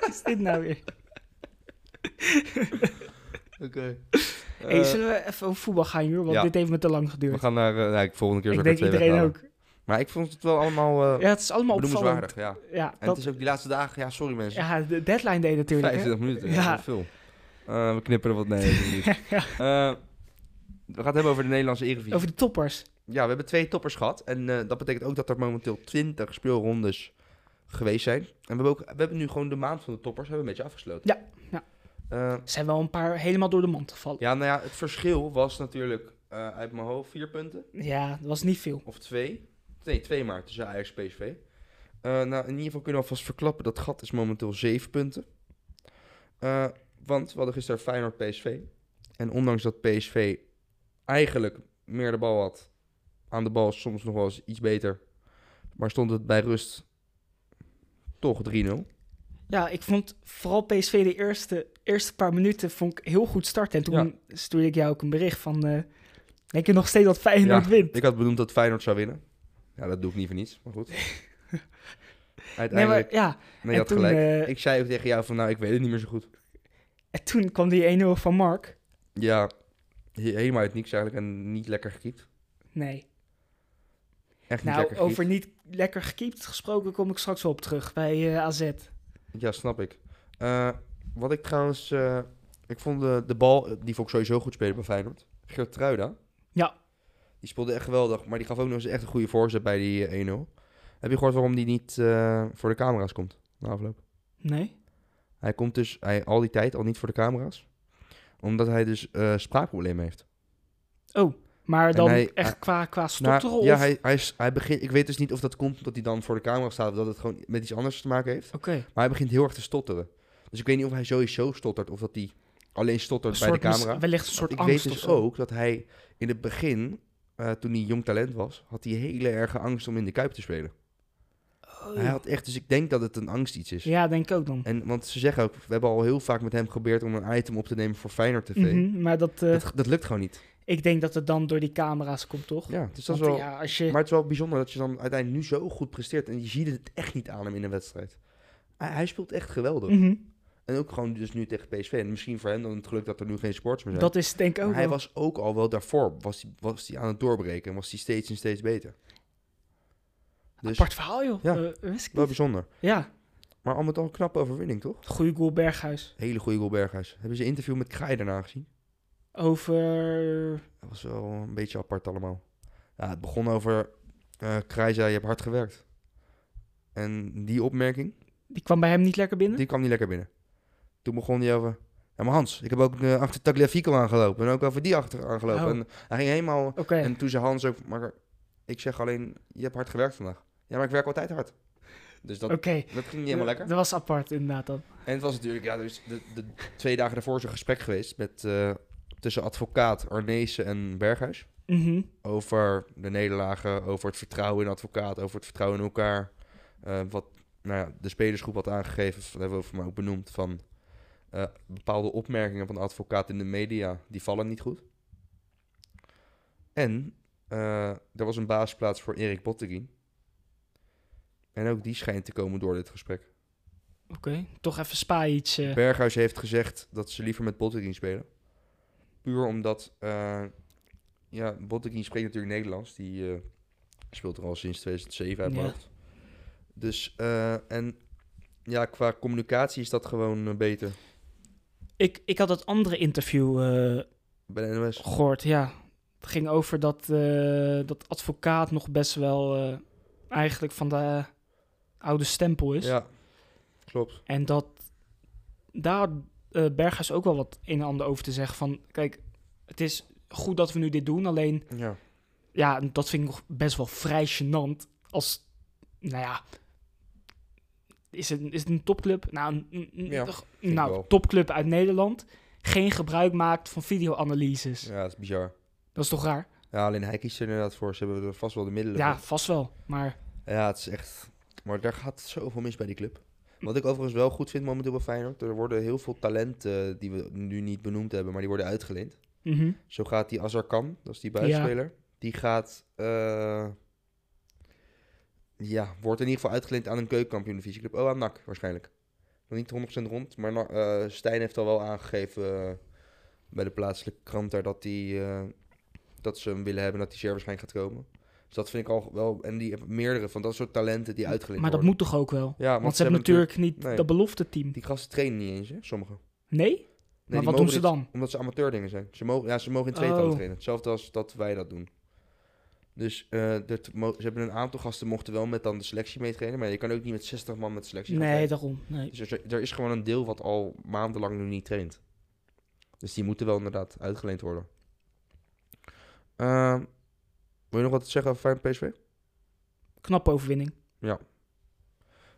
Wat is dit nou weer? Oké. hey, zullen we even over voetbal gaan, joh? Want Eh, ja. dit heeft me te lang we geduurd. gaan naar... eh, nou, ik volgende keer Ik zou denk ik er twee iedereen weghalen. ook. Maar ik vond het wel allemaal eh Ja, het is allemaal opvallend. benoemenswaardig. Ja. Ja, En dat, het is ook die laatste dagen, ja, sorry mensen. ja, de deadline deed natuurlijk. hè? 25 minuten, Ja. ja. dat is veel. Eh, we knippen er wat nee. dat doen we niet. Eh, we gaan het hebben over de Nederlandse Eredivisie. Over de toppers. ja, we hebben twee toppers gehad. En eh, dat betekent ook dat er momenteel 20 speelrondes geweest zijn. En we hebben, ook, we hebben nu gewoon de maand van de toppers hebben we een beetje afgesloten. Ja, ja. Eh, Er zijn wel een paar helemaal door de mand gevallen. ja, nou ja, het verschil was natuurlijk eh, uit mijn hoofd vier punten. Ja, dat was niet veel. Of twee. Nee, twee maar tussen Ajax en PSV. Eh, nou, in ieder geval kunnen we alvast verklappen. Dat gat is momenteel zeven punten. Eh, want we hadden gisteren Feyenoord PSV. En ondanks dat PSV eigenlijk meer de bal had. Aan de bal soms nog wel eens iets beter. Maar stond het bij rust toch 3-0. Ja, ik vond vooral PSV de eerste, eerste paar minuten vond ik heel goed starten. En toen stuurde ik jou ook een bericht van... eh, denk je nog steeds dat Feyenoord Ja, wint? Ik had benoemd dat Feyenoord zou winnen. Ja, dat doe ik niet voor niets. Maar goed. Nee, maar Uiteindelijk. ja. Nee, je en had toen, gelijk. eh, Ik zei ook tegen jou van, nou, ik weet het niet meer zo goed. En toen kwam die 1-0 van Mark. Ja, he- helemaal uit niks eigenlijk en niet lekker gekiept. Nee. Echt niet Nou, lekker gekiept. over niet lekker gekiept gesproken kom ik straks wel op terug bij eh, AZ. Ja, snap ik. Eh, wat ik trouwens... eh, ik vond de, de bal, eh, die vond ik sowieso goed spelen bij Feyenoord. Geertruida. Ja. Die speelde echt geweldig, maar die gaf ook nog eens echt een goede voorzet bij die eh, 1-0. Heb je gehoord waarom die niet eh, voor de camera's komt na afloop? Nee? Hij komt dus hij, al die tijd al niet voor de camera's. Omdat hij dus eh spraakproblemen heeft. Oh, maar En dan hij- echt hij- qua, qua Nou, stotteren of... ja, hij, hij, is- hij begint. Ik weet dus niet of dat komt omdat hij dan voor de camera staat of dat het gewoon met iets anders te maken heeft. Oké. Maar hij begint heel erg te stotteren. Dus ik weet niet of hij sowieso stottert of dat hij alleen stottert Een bij de soort mis- camera. Wellicht een soort ik weet angst of dus zo. ook dat hij in het begin, eh, toen hij jong talent was, had hij hele erge angst om in de kuip te spelen. Oh. Hij had echt, dus ik denk dat het een angst iets is. Ja, denk ik ook dan. En want ze zeggen ook, we hebben al heel vaak met hem geprobeerd om een item op te nemen voor Feyenoord TV. Mhm, maar dat, eh, dat, dat lukt gewoon niet. ik denk dat het dan door die camera's komt, toch? Ja, dus dat is Want, wel. ja, als je... Maar het is wel bijzonder dat je dan uiteindelijk nu zo goed presteert. En je ziet het echt niet aan hem in een wedstrijd. Hij, hij speelt echt geweldig. Mhm. En ook gewoon dus nu tegen PSV. En misschien voor hem dan het geluk dat er nu geen sports meer zijn. Dat is denk ik ook maar hij wel. was ook al wel daarvoor. Was hij was hij aan het doorbreken. En was hij steeds en steeds beter. Dus Apart verhaal, joh. Ja. Eh, wist ik wel niet. bijzonder. Ja, Maar al met al een knappe overwinning, toch? goede goal Berghuis. Hele goede goal Berghuis. Hebben ze een interview met Kraai daarna gezien? Over... Dat was wel een beetje apart allemaal. Ja, het begon over... eh Kraai zei, je hebt hard gewerkt. En die opmerking... Die kwam bij hem niet lekker binnen? Die kwam niet lekker binnen. Toen begon hij over... Ja, maar Hans, ik heb ook eh, achter Tagliafico aangelopen. En ook over die achter aangelopen. Oh. Eh. En hij ging helemaal... Oké. En toen zei Hans ook... Maar ik zeg alleen, je hebt hard gewerkt vandaag. Ja, maar ik werk altijd hard. Dus dat, Oké. dat ging niet helemaal lekker. Dat was apart inderdaad dan. En het was natuurlijk... Ja, dus de, de twee dagen daarvoor is een gesprek geweest met... eh, tussen advocaat Arnezen en Berghuis. Mhm. Over de nederlagen, over het vertrouwen in advocaat, over het vertrouwen in elkaar. Eh, wat nou ja, de spelersgroep had aangegeven, dat hebben we voor mij ook benoemd, van eh, bepaalde opmerkingen van de advocaat in de media, die vallen niet goed. En eh, er was een baasplaats voor Erik Botteguin. En ook die schijnt te komen door dit gesprek. Oké. Toch even spa iets. eh. Berghuis heeft gezegd dat ze liever met Botteguin spelen. Puur omdat, eh, ja, Botteguin spreekt natuurlijk Nederlands. Die eh, speelt er al sinds 2007 uit mijn Ja. hoofd. Dus, eh, en ja, qua communicatie is dat gewoon eh, beter ik, ik had dat andere interview eh, bij de NOS. gehoord, ja. Het ging over dat, eh, dat advocaat nog best wel eh, eigenlijk van de eh, oude stempel is. Ja, klopt. En dat daar had eh, Berghuis ook wel wat een en ander over te zeggen. Van kijk, het is goed dat we nu dit doen. Alleen, Ja. ja, dat vind ik nog best wel vrij gênant. Als, nou ja, is het, is het een topclub? Nou, een- een, een- Ja, een- ik wel. nou topclub uit Nederland. Geen gebruik maakt van videoanalyses. ja, dat is bizar. Dat is toch raar? Ja, alleen hij kiest er inderdaad voor. Ze hebben er vast wel de middelen Ja, voor. vast wel. Maar Ja, het is echt... Maar daar gaat zoveel mis bij die club. Wat ik overigens wel goed vind momenteel bij Feyenoord... er worden heel veel talenten eh, die we nu niet benoemd hebben... maar die worden uitgeleend. mhm. Zo gaat die Azarkan, dat is die buitenspeler. Die gaat, eh, ja, wordt in ieder geval uitgeleend aan een keukenkampioen divisieclub. Oh, aan NAC waarschijnlijk. Nog niet 100% rond, maar Na- eh, Stijn heeft al wel aangegeven eh, bij de plaatselijke krant daar dat, die, eh, dat ze hem willen hebben, dat die zeer waarschijnlijk gaat komen. Dus dat vind ik al wel, en die hebben meerdere van dat soort talenten die uitgeleend maar dat worden. moet toch ook wel? Ja, Want, ze hebben natuurlijk niet nee. dat belofte team. Die gasten trainen niet eens, hè, sommigen. Nee? Nee, die maar wat mogen doen ze dit- dan? Omdat ze amateurdingen zijn. Ze mogen, ja, ze mogen in tweetallen Oh. trainen. Hetzelfde als dat wij dat doen. Dus eh, dat mo- ze hebben een aantal gasten mochten wel met dan de selectie meetrainen. Maar je kan ook niet met 60 man met de selectie gaan Nee, trainen. daarom. Nee. Dus er, er is gewoon een deel wat al maandenlang nu niet traint. Dus die moeten wel inderdaad uitgeleend worden. Ehm, wil je nog wat zeggen over Feyenoord PSV? Knappe overwinning.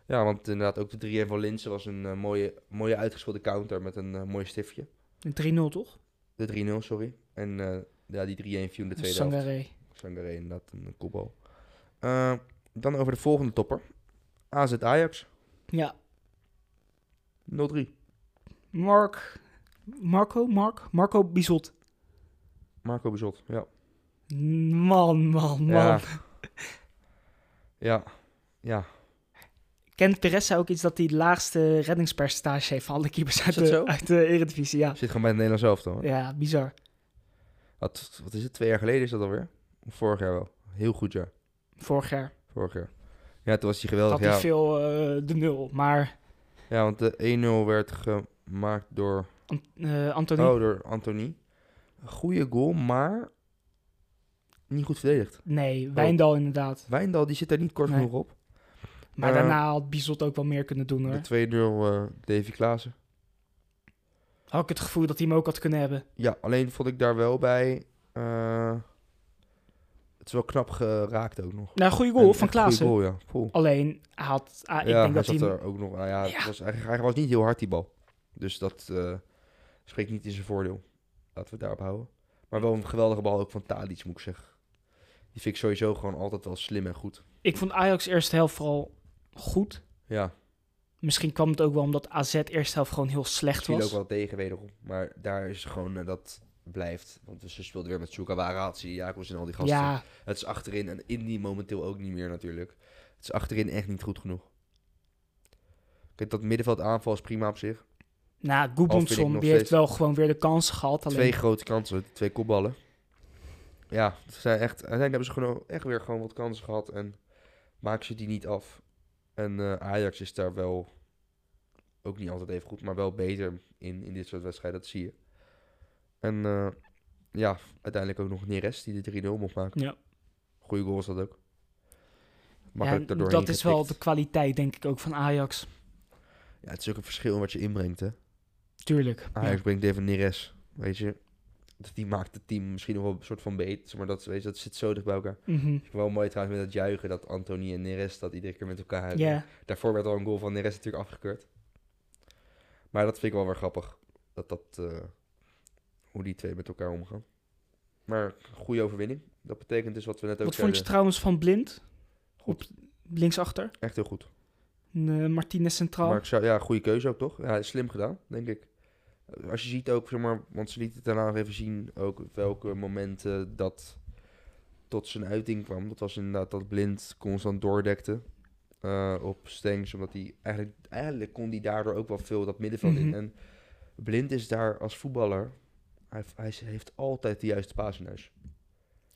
Ja, want inderdaad ook de 3-1 van Linsen was een eh, mooie, mooie uitgespeelde counter met een eh mooi stiftje. Een 3-0, toch? De 3-0, sorry. En eh, ja, die 3-1 viel in de tweede helft. Sangaré. Sangaré inderdaad, een kopbal. Eh, dan over de volgende topper. AZ Ajax, Ja, 0-3. Mark. Marco? Mark? Marco Bizot. Marco Bezot, ja. Man, man, man. Ja. ja. Ja. Kent Perez ook iets dat hij het laagste reddingspercentage heeft van alle keepers uit dat de, zo? Oh. uit de Eredivisie? Ja. Zit gewoon bij het Nederlands elftal. hoor. ja, bizar. Wat, wat is het? Twee jaar geleden is dat alweer? Of vorig jaar wel? Heel goed jaar. Vorig jaar Vorig jaar. Ja, toen was hij had geweldig. hij Ja. veel eh, de nul, maar ja, want de 1-0 werd gemaakt door... An- eh, Anthony, Oh, door Anthony. Goeie goal, maar niet goed verdedigd. nee, Wijndal inderdaad. Wijndal die zit daar niet kort Nee. genoeg op. Maar Eh, daarna had Bizot ook wel meer kunnen doen De hoor. 2-0 eh Davy Klaassen. Had ik het gevoel dat hij hem ook had kunnen hebben. Ja, alleen vond ik daar wel bij... eh, het is wel knap geraakt ook nog. Nou, goede goal En van echt goeie Klaassen. goal, ja. Poel. Alleen, hij had, ah, ik ja, denk hij dat hij... zat hem- er ook nog. Nou ja, het Ja. Was, hij, hij was niet heel hard die bal. Dus dat eh, spreekt niet in zijn voordeel. Laten we het daarop houden. Maar wel een geweldige bal ook van Tadic, moet ik zeggen. Die vind ik sowieso gewoon altijd wel slim en goed. Ik vond Ajax eerste helft vooral goed. Ja, Misschien kwam het ook wel omdat AZ eerste helft gewoon heel slecht viel ook was. wel tegen wederom. Maar daar is gewoon eh, dat blijft. Want ze speelden weer met Sukawara, Hatsi, Jacobs en al die gasten. Ja, Het is achterin en in die momenteel ook niet meer natuurlijk. Het is achterin echt niet goed genoeg. Kijk, dat middenveld aanval is prima op zich. nou, Al vind ik Goedmanson nog die heeft steeds- wel gewoon weer de kans gehad. Alleen, Twee grote kansen, twee kopballen. Ja, ze zijn echt, uiteindelijk hebben ze gewoon echt weer gewoon wat kansen gehad en maken ze die niet af. En eh, Ajax is daar wel, ook niet altijd even goed, maar wel beter in, in dit soort wedstrijden, dat zie je. En eh, ja, uiteindelijk ook nog Neres die de 3-0 mocht maken. Ja. Goeie goal was dat ook. Ja, Makkelijk daardoor dat is wel de kwaliteit, denk ik, ook van Ajax. Ja, het is ook een verschil in wat je inbrengt, hè. Tuurlijk. Ajax Ja. brengt even Neres, weet je. Dat- Die maakt het team misschien nog wel een soort van beet, maar dat, weet je, dat zit zo dicht bij elkaar. Mhm. Wel mooi trouwens met dat juichen dat Anthony en Neres dat iedere keer met elkaar huilen. Ja. Daarvoor werd al een goal van Neres natuurlijk afgekeurd. Maar dat vind ik wel weer grappig. Dat dat, eh, hoe die twee met elkaar omgaan. Maar goede overwinning. Dat betekent dus wat we net ook Wat vond je zeiden. trouwens van Blind? Goed. Op linksachter. Echt heel goed. Eh, Martinez centraal. Maar ik zou, ja, goede keuze ook toch? Ja, slim gedaan, denk ik. Als je ziet ook, zeg maar, want ze lieten het daarna nog even zien, ook welke momenten dat tot zijn uiting kwam. Dat was inderdaad dat Blind constant doordekte eh, op Stengs, omdat hij eigenlijk, eigenlijk kon hij daardoor ook wel veel dat middenveld in. Mhm. En Blind is daar als voetballer, hij, hij heeft altijd de juiste paas in huis.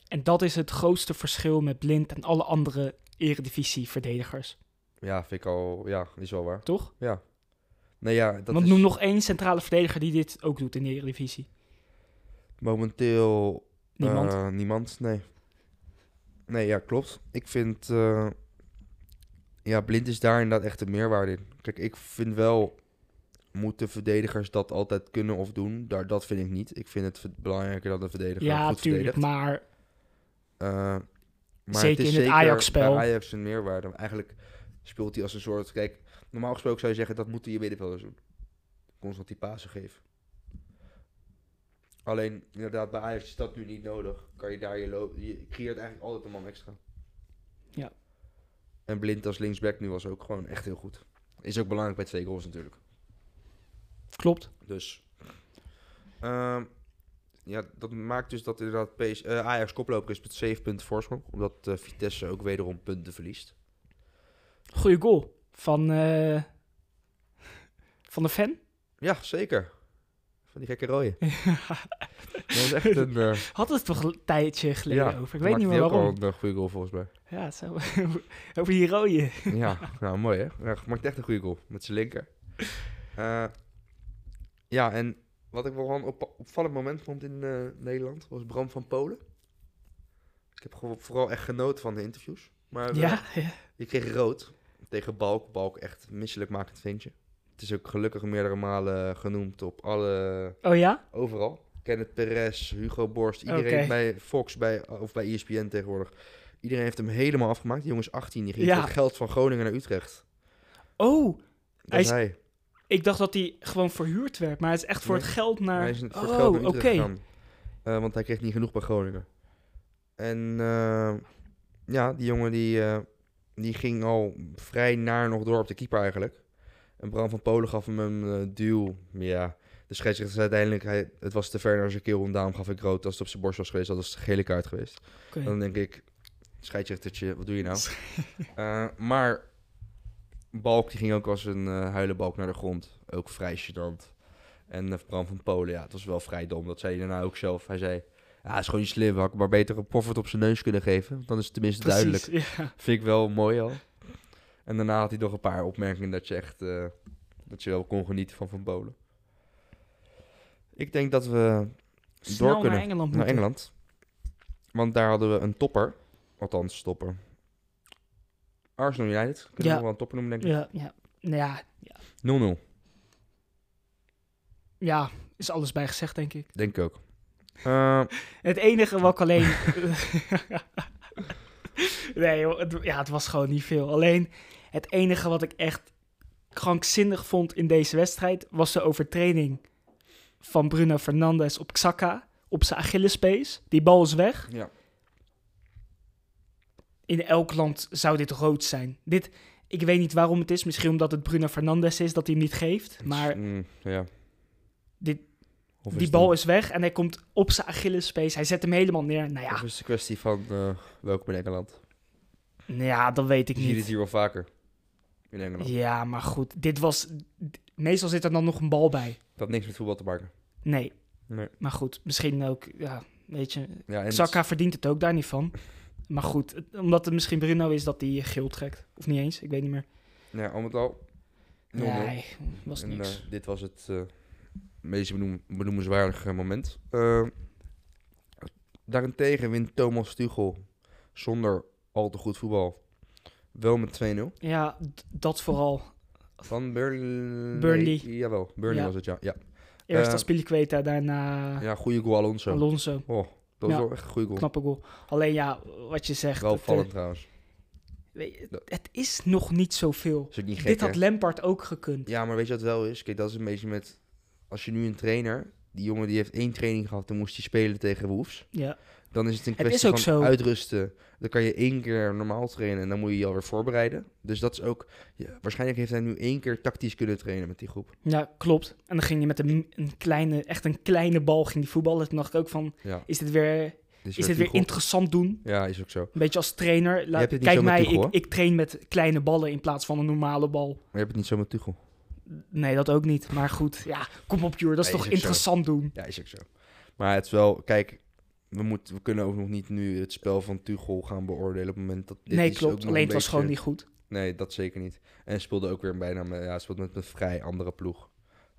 En dat is het grootste verschil met Blind en alle andere eredivisie-verdedigers, Ja, vind ik al, ja, is wel waar. toch? Nee, ja, dat Want is noem nog één centrale verdediger die dit ook doet in de eredivisie. momenteel Niemand. Eh, niemand, nee. Nee, ja, klopt. Ik vind... eh, ja, blind is daar inderdaad echt een meerwaarde in. Kijk, ik vind wel... Moeten verdedigers dat altijd kunnen of doen? Daar, dat vind ik niet. Ik vind het ver- belangrijker dat een verdediger ja, goed tuurlijk, verdedigt. maar Eh, maar Zeker in het Ajax-spel. bij Ajax een meerwaarde. Want Eigenlijk speelt hij als een soort... Kijk, normaal gesproken zou je zeggen... dat moeten je middenvelders doen. Constant die pasen geven. Alleen, inderdaad, bij Ajax is dat nu niet nodig. Kan je daar je loop... Je creëert eigenlijk altijd een man extra. Ja. En Blind als linksback nu was ook gewoon echt heel goed. Is ook belangrijk bij twee goals natuurlijk. klopt. Dus... ehm, ja, dat maakt dus dat inderdaad PS, eh, Ajax koploper is met 7 punten voorsprong. Omdat eh, Vitesse ook wederom punten verliest. Goeie goal van, eh, van de fan. Ja, zeker. Van die gekke rode. Dat was echt een... eh, Had het toch een tijdje geleden ja, over. Ik toen weet maakte niet meer die ook waarom. al een eh, goede goal volgens mij. Ja, zo. over die rode. Ja, nou mooi hè. Ja, maakt echt een goede goal met zijn linker. Eh, ja, en wat ik wel een op opvallend moment vond in eh, Nederland was Bram van Polen. Ik heb gewoon vooral echt genoten van de interviews. Maar eh, Ja, ja. je kreeg rood tegen Balk. Balk echt misselijkmakend ventje. Het is ook gelukkig meerdere malen genoemd op alle... Oh ja? Overal. Kenneth Perez, Hugo Borst, iedereen Oké. bij Fox bij, of bij E ESPN tegenwoordig. Iedereen heeft hem helemaal afgemaakt. Die jongen is 18, die ging Ja. voor geld van Groningen naar Utrecht. Oh, Dat Hij is is- hij. ik dacht dat hij gewoon verhuurd werd, maar het is echt voor Nee, het geld naar... Hij is voor het oh, geld naar Utrecht oké. gegaan. Eh, want hij kreeg niet genoeg bij Groningen. En eh, ja, die jongen die, eh, die ging al vrij naar nog door op de keeper eigenlijk. En Bram van Polen gaf hem een eh, duw. Ja, de scheidsrechter zei uiteindelijk, hij, het was te ver naar zijn keel. En daarom gaf ik rood. Als het op zijn borst was geweest, dat was de gele kaart geweest. Oké. Dan denk ik, scheidsrechtertje, wat doe je nou? Eh, maar Balk die ging ook als een eh, huilenbalk naar de grond. Ook vrij gênant. En eh, Bram van Polen, ja, het was wel vrij dom. Dat zei hij daarna ook zelf. Hij zei, ja, is gewoon niet slim. Had ik maar beter een poffert op zijn neus kunnen geven. Want dan is het tenminste Precies, duidelijk. Ja. Vind ik wel mooi al. En daarna had hij nog een paar opmerkingen dat je echt... eh, dat je wel kon genieten van Van Polen. Ik denk dat we Snel door kunnen naar Engeland naar moeten. Engeland. Want daar hadden we een topper. Althans, topper. Arsenal United. Kunnen Ja. we wel een topper noemen, denk ik. Ja, ja. Nou ja, ja. 0-0, ja, is alles bij gezegd, denk ik. denk ik ook. Eh, Het enige wat ik alleen... nee, joh, het, ja, het was gewoon niet veel. Alleen het enige wat ik echt krankzinnig vond in deze wedstrijd... was de overtreding van Bruno Fernandes op Xhaka op zijn Achillespees. Die bal is weg. ja. In elk land zou dit rood zijn. Dit, ik weet niet waarom het is. Misschien omdat het Bruno Fernandes is dat hij hem niet geeft. Maar Mm, ja. Dit- Of die het bal een- is weg en hij komt op zijn Achillespees. Hij zet hem helemaal neer. Nou ja, Of is het een kwestie van eh welkom in Engeland? nou ja dat weet ik Je ziet het niet. hier wel vaker. In Engeland. Ja, maar goed. Dit was... d- Meestal zit er dan nog een bal bij. Dat had niks met voetbal te maken. Nee. Nee. Maar goed, misschien ook... Ja, weet je... Ja, en Saka verdient het ook daar niet van. Maar goed, het- omdat het misschien Bruno is dat hij geel trekt. Of niet eens, ik weet niet meer. ja, om het al. 0-0. Nee, was En, niks. eh, dit was het eh, meest benoem- benoemenswaardige moment. Eh, daarentegen wint Thomas Tuchel zonder al te goed voetbal wel met 2-0. Ja, d- dat vooral. Van Burnley. Burnley. Jawel, Burnley Ja. was het, ja. Ja, Eerst Eh, als Piliqueta, daarna ja goede goal Alonso. Alonso. Oh, dat was Ja. wel echt een goede goal. Knappe goal. Alleen ja, wat je zegt. Wel het, eh, vallend trouwens. weet je, het, het is nog niet zoveel. Is ook niet gek, Dit had hè? Lampard ook gekund. Ja, maar weet je wat het wel is? Kijk, dat is een beetje met... Als je nu een trainer... Die jongen die heeft één training gehad, dan moest hij spelen tegen Wolves. Ja. Dan is het een Het is kwestie ook van zo. uitrusten. Dan kan je één keer normaal trainen en dan moet je je alweer voorbereiden. Dus dat is ook... ja, waarschijnlijk heeft hij nu één keer tactisch kunnen trainen met die groep. ja, klopt. En dan ging je met een, een kleine, echt een kleine bal ging die voetballen. Toen dacht ik ook van, Ja, is dit weer, dus werd is dit weer Tuchel- interessant doen? Ja, is ook zo. Een beetje als trainer. Laat- hebt het niet kijk zo met mij, Tuchel, ik, hoor. ik train met kleine ballen in plaats van een normale bal. Maar je hebt het niet zo met Tuchel. Nee, dat ook niet. Maar goed, ja, kom op Jur, dat is Nee, toch is ook zo. interessant doen? Ja, is ook zo. Maar het is wel... Kijk, we, moeten, we kunnen ook nog niet nu het spel van Tuchel gaan beoordelen op het moment dat... Dit nee, is ook nog klopt. een Alleen het was beetje- gewoon niet goed. Nee, dat zeker niet. En hij speelde ook weer bijna met, ja, hij speelde met een vrij andere ploeg.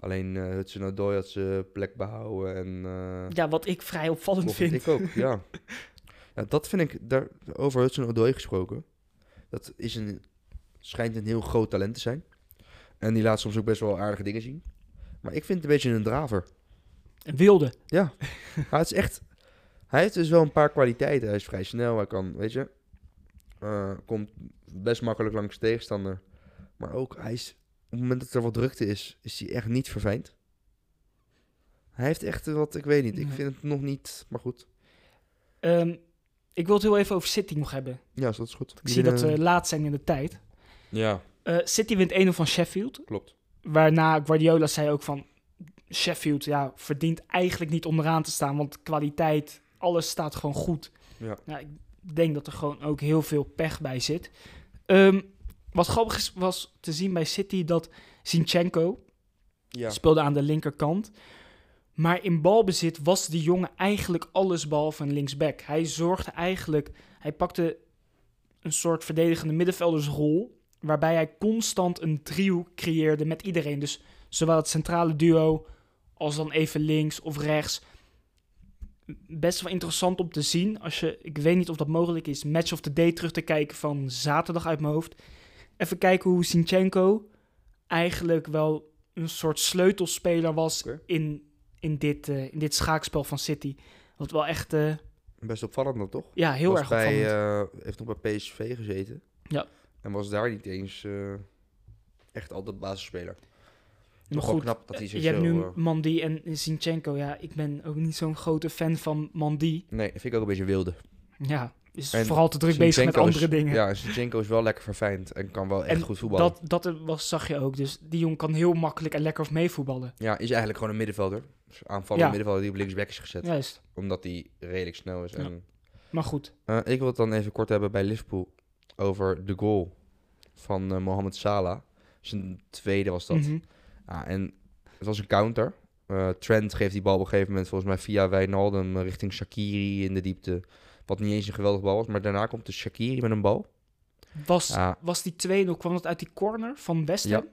Alleen eh Hudson Odoi had zijn plek behouden en... eh, Ja, wat ik vrij opvallend Klopt, vind. Ik ook, ja. ja. Dat vind ik, daar, over Hudson Odoi gesproken, dat is een, schijnt een heel groot talent te zijn. En die laat soms ook best wel aardige dingen zien. Maar ik vind het een beetje een draver. Een wilde. Ja, maar het is echt... Hij heeft dus wel een paar kwaliteiten. Hij is vrij snel, hij kan, weet je... eh, komt best makkelijk langs de tegenstander. Maar ook, hij is... Op het moment dat er wat drukte is, is hij echt niet verfijnd. Hij heeft echt wat, ik weet niet. Ik Nee. vind het nog niet, maar goed. Ehm, ik wil het heel even over City nog hebben. Ja, dus dat is goed. Ik zie dat eh, ze laat zijn in de tijd. Ja, Eh, City wint 1-0 van Sheffield. klopt. Waarna Guardiola zei ook van... Sheffield ja, verdient eigenlijk niet onderaan te staan. Want kwaliteit, alles staat gewoon goed. Ja. Nou, ik denk dat er gewoon ook heel veel pech bij zit. Ehm, wat grappig is, was te zien bij City dat Zinchenko Ja, speelde aan de linkerkant. Maar in balbezit was die jongen eigenlijk alles behalve een linksback. Hij zorgde eigenlijk, hij pakte een soort verdedigende middenveldersrol, waarbij hij constant een trio creëerde met iedereen. Dus zowel het centrale duo als dan even links of rechts. best wel interessant om te zien. Als je, ik weet niet of dat mogelijk is, match of the day terug te kijken van zaterdag uit mijn hoofd. Even kijken hoe Sinchenko eigenlijk wel een soort sleutelspeler was Oké. in, in, dit, eh, in dit schaakspel van City. Wat wel echt, eh, Best opvallend dan toch? ja, heel was erg bij, opvallend. eh, heeft nog bij PSV gezeten. Ja. En was daar niet eens eh, echt altijd basisspeler. maar Nog wel goed, knap dat hij zich je hebt zo... nu eh, Mandy en Sinchenko. Ja, ik ben ook niet zo'n grote fan van Mandy. Nee, vind ik ook een beetje wilde. Ja, is En vooral te druk bezig met Zinchenko is- andere dingen. Ja, Zinchenko is wel lekker verfijnd en kan wel echt En goed voetballen. dat, dat was, zag je ook. Dus die jongen kan heel makkelijk en lekker meevoetballen. Ja, is eigenlijk gewoon een middenvelder. Dus aanvallende Ja. middenvelder die op linksback is gezet. Juist. Omdat hij redelijk snel is. Ja. En, Maar goed, Eh, ik wil het dan even kort hebben bij Liverpool over de goal van eh, Mohamed Salah. Zijn tweede was dat. mhm. Ja, en het was een counter. Eh, Trent geeft die bal op een gegeven moment volgens mij via Wijnaldum eh, richting Shakiri in de diepte. Wat niet eens een geweldige bal was. Maar daarna komt de Shakiri met een bal. was, Ja, was die 2-0, kwam dat uit die corner van West Ham?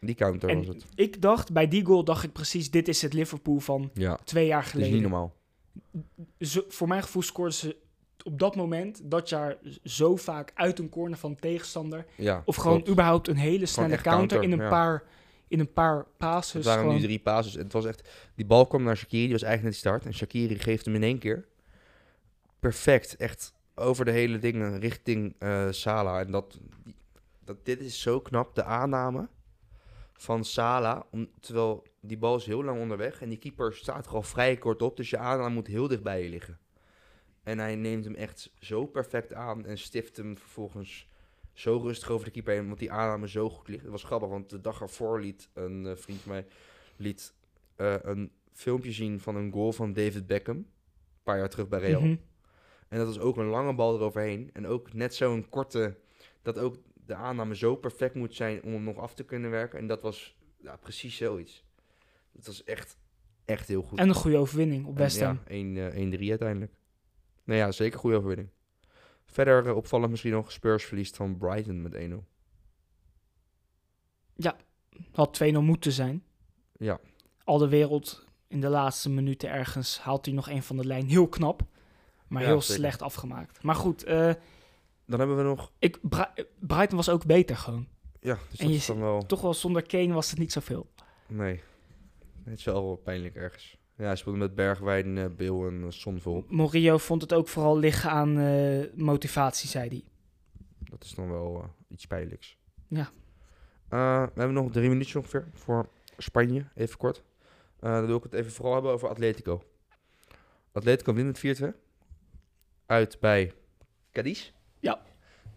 die counter was en het. ik dacht, bij die goal dacht ik precies, dit is het Liverpool van Ja, twee jaar het is geleden. niet normaal. Zo- voor mijn gevoel scoorden ze op dat moment, dat jaar, zo vaak uit een corner van tegenstander. Ja, Of gewoon klopt. überhaupt een hele snelle echt counter, in, een counter, ja. paar, in een paar passes. Het waren nu gewoon. drie passes. En het was echt... Die bal kwam naar Shakiri, die was eigenlijk net de start. En Shakiri geeft hem in één keer. Perfect. Echt over de hele dingen richting eh Salah. En dat, die- dat, dit is zo knap. De aanname van Salah. Om, terwijl die bal is heel lang onderweg. En die keeper staat er al vrij kort op. Dus je aanname moet heel dicht bij je liggen. En hij neemt hem echt zo perfect aan. En stift hem vervolgens zo rustig over de keeper heen. Want die aanname zo goed ligt. Het was grappig, want de dag ervoor liet een eh, vriend van mij liet eh, een filmpje zien van een goal van David Beckham. Een paar jaar terug bij Real. Mhm. En dat was ook een lange bal eroverheen. En ook net zo'n korte. Dat ook de aanname zo perfect moet zijn om hem nog af te kunnen werken. En dat was ja, precies zoiets. Het was echt, echt heel goed. En een goede overwinning op En West Ham. Ja, 1-3 uiteindelijk. Nou ja, zeker goede overwinning. Verder eh, opvallend misschien nog Spurs verliest van Brighton met 1-0. Had 2-0 moeten zijn. Ja. Al de wereld in de laatste minuten ergens haalt hij nog een van de lijn. Heel knap, maar Ja, heel zeker. slecht afgemaakt. Maar goed, eh, Dan hebben we nog... ik, Bra- eh, Brighton was ook beter gewoon. Ja, dus En dat je is dan wel... Toch wel zonder Kane was het niet zoveel. Nee. Het is wel pijnlijk ergens. Ja, hij speelde met Bergwijn, eh Beel en eh, Son voorop. Morillo vond het ook vooral liggen aan eh, motivatie, zei hij. Dat is dan wel eh, iets pijnlijks. Ja. Eh, we hebben nog drie minuutjes ongeveer voor Spanje, even kort. Eh, dan wil ik het even vooral hebben over Atletico. Atletico wint met 4-2. Uit bij Cadiz. Ja.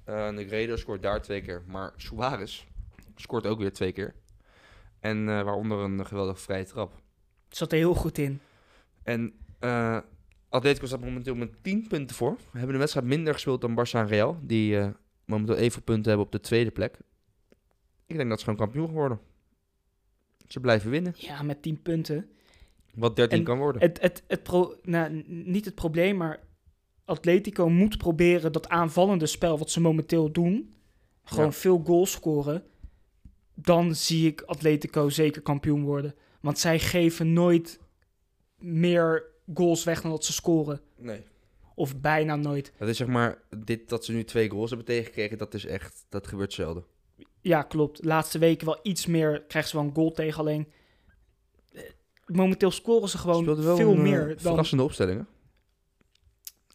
Eh Negredo scoort daar twee keer. Maar Suarez scoort ook weer twee keer. En eh, waaronder een geweldige vrije trap. Het zat er heel goed in. En eh Atletico staat momenteel met 10 punten voor. We hebben de wedstrijd minder gespeeld dan Barça en Real. Die eh, momenteel evenveel punten hebben op de tweede plek. Ik denk dat ze gewoon kampioen geworden. Ze blijven winnen. Ja, met 10 punten. Wat 13 En kan worden. Het, het, het pro- nou, n- niet het probleem, maar Atletico moet proberen dat aanvallende spel wat ze momenteel doen, gewoon Ja. veel goals scoren, dan zie ik Atletico zeker kampioen worden. Want zij geven nooit meer goals weg dan dat ze scoren. nee. Of bijna nooit. Dat is zeg maar, dit, dat ze nu twee goals hebben tegengekregen, dat is echt, dat gebeurt zelden. Ja, klopt. De laatste weken wel iets meer. Krijgen ze wel een goal tegen. Alleen eh, momenteel scoren ze gewoon Speelde wel veel een, eh, meer dan. Verrassende opstellingen.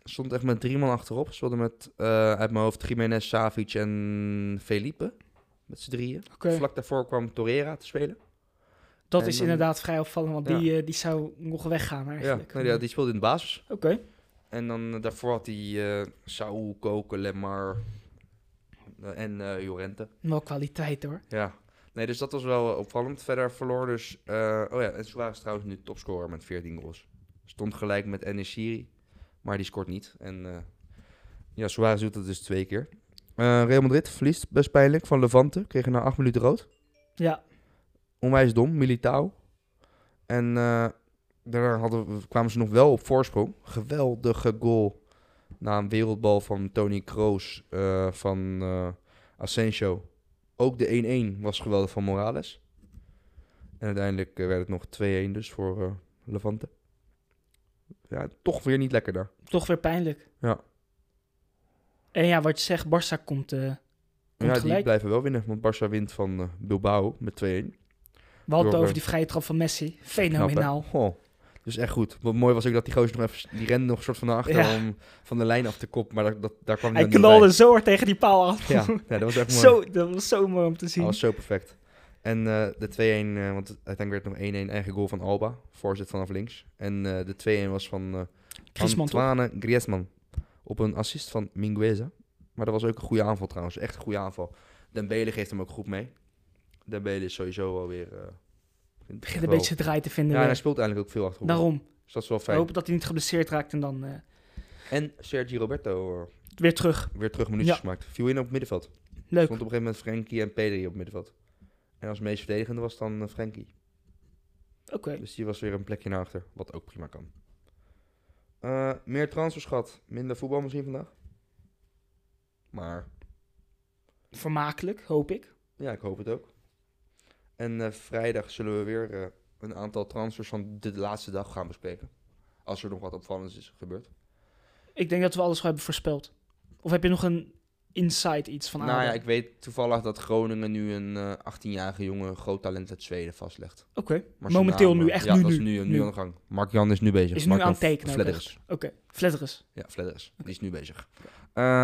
Stond echt met drie man achterop. Speelde met, eh, uit mijn hoofd, Jiménez, Savic en Felipe. Met z'n drieën. Oké, Vlak daarvoor kwam Torreira te spelen. dat en is dan- inderdaad vrij opvallend, want Ja. die, eh, die zou nog weggaan eigenlijk. Ja, nou ja, die speelde in de basis. Oké, En dan eh, daarvoor had hij eh Saúl, Koken, Lemar eh, en eh Jorente. wel kwaliteit hoor. Ja. Nee, dus dat was wel eh, opvallend. Verder verloor dus... eh, oh ja, en Suarez is trouwens nu topscorer met 14 goals. Stond gelijk met Enesiri, maar die scoort niet. En eh, ja, Suarez doet dat dus twee keer. Eh, Real Madrid verliest best pijnlijk van Levante. Kregen na acht minuten rood. Ja, onwijs dom, Militao. En eh, daarna hadden, we- kwamen ze nog wel op voorsprong. Geweldige goal na een wereldbal van Tony Kroos eh, van eh Asensio. Ook de 1-1 was geweldig van Morales. En uiteindelijk eh, werd het nog 2-1 dus voor eh, Levante. Ja, toch weer niet lekker daar. Toch weer pijnlijk. Ja. En ja, wat je zegt, Barça komt, eh, komt ja, die gelijk. blijven wel winnen, want Barça wint van eh, Bilbao met 2-1. We hadden het door, over eh, die vrije trap van Messi. Knap, hè? Fenomenaal. Goh. Dus echt goed. Wat mooi was ook dat die gozer nog even... Die rende nog een soort van naar achter Ja. om van de lijn af te kop. Maar dat, dat, daar kwam Hij dan niet knalde zo hard tegen die paal aan. bij. Ja, ja, dat was echt mooi. Zo, dat was zo mooi om te zien. Dat was zo perfect. En eh, de 2-1, eh, want uiteindelijk werd het nog 1-1 eigen goal van Alba. Voorzet vanaf links. En eh, de 2-1 was van eh, Griezmann, toch? Antoine Griezmann. Op een assist van Mingueza. Maar dat was ook een goede aanval trouwens. Echt een goede aanval. Dembele geeft hem ook goed mee. Dembele is sowieso alweer... eh vindt Begint echt een wel- beetje draai te vinden. Ja, en hij weer. speelt eigenlijk ook veel achterop. Daarom. Dus dat is wel We fijn. hopen dat hij niet geblesseerd raakt en dan eh, En Sergi Roberto eh, weer terug. weer terug minuutjes Ja. gemaakt. Viel in op het middenveld. Leuk. Stond op een gegeven moment Frenkie en Pedri op het middenveld. En als meest verdedigende was dan eh, Frenkie. Oké. Dus die was weer een plekje naar achter, wat ook prima kan. Eh, meer transfers gehad, minder voetbal misschien vandaag. Maar Vermakelijk, hoop ik. ja, ik hoop het ook. En eh, vrijdag zullen we weer eh, een aantal transfers van de laatste dag gaan bespreken. Als er nog wat opvallends is gebeurd. Ik denk dat we alles wel hebben voorspeld. Of heb je nog een insight iets van nou Adem? ja, ik weet toevallig dat Groningen nu een eh, 18-jarige jongen groot talent uit Zweden vastlegt. Oké, Maar zijn Momenteel naam, nu, eh, echt ja, nu, dat is nu, nu, nu, nu. aan de gang. Mark Jan is nu bezig. Is nu Mark-Jan aan het tekenen ook Fledderus. oké. Fledderus. Ja, Fledderus. Die is nu bezig. Eh,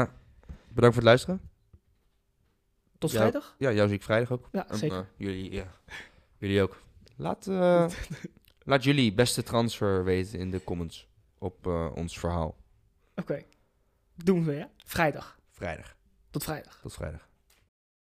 bedankt voor het luisteren. Tot Ja. vrijdag? Ja, jou zie ik vrijdag ook. Ja, En, zeker. eh, jullie, ja. jullie ook. Laat, eh, laat jullie beste transfer weten in de comments op eh, ons verhaal. Oké. Doen we, ja? Vrijdag. Vrijdag. Tot vrijdag. Tot vrijdag.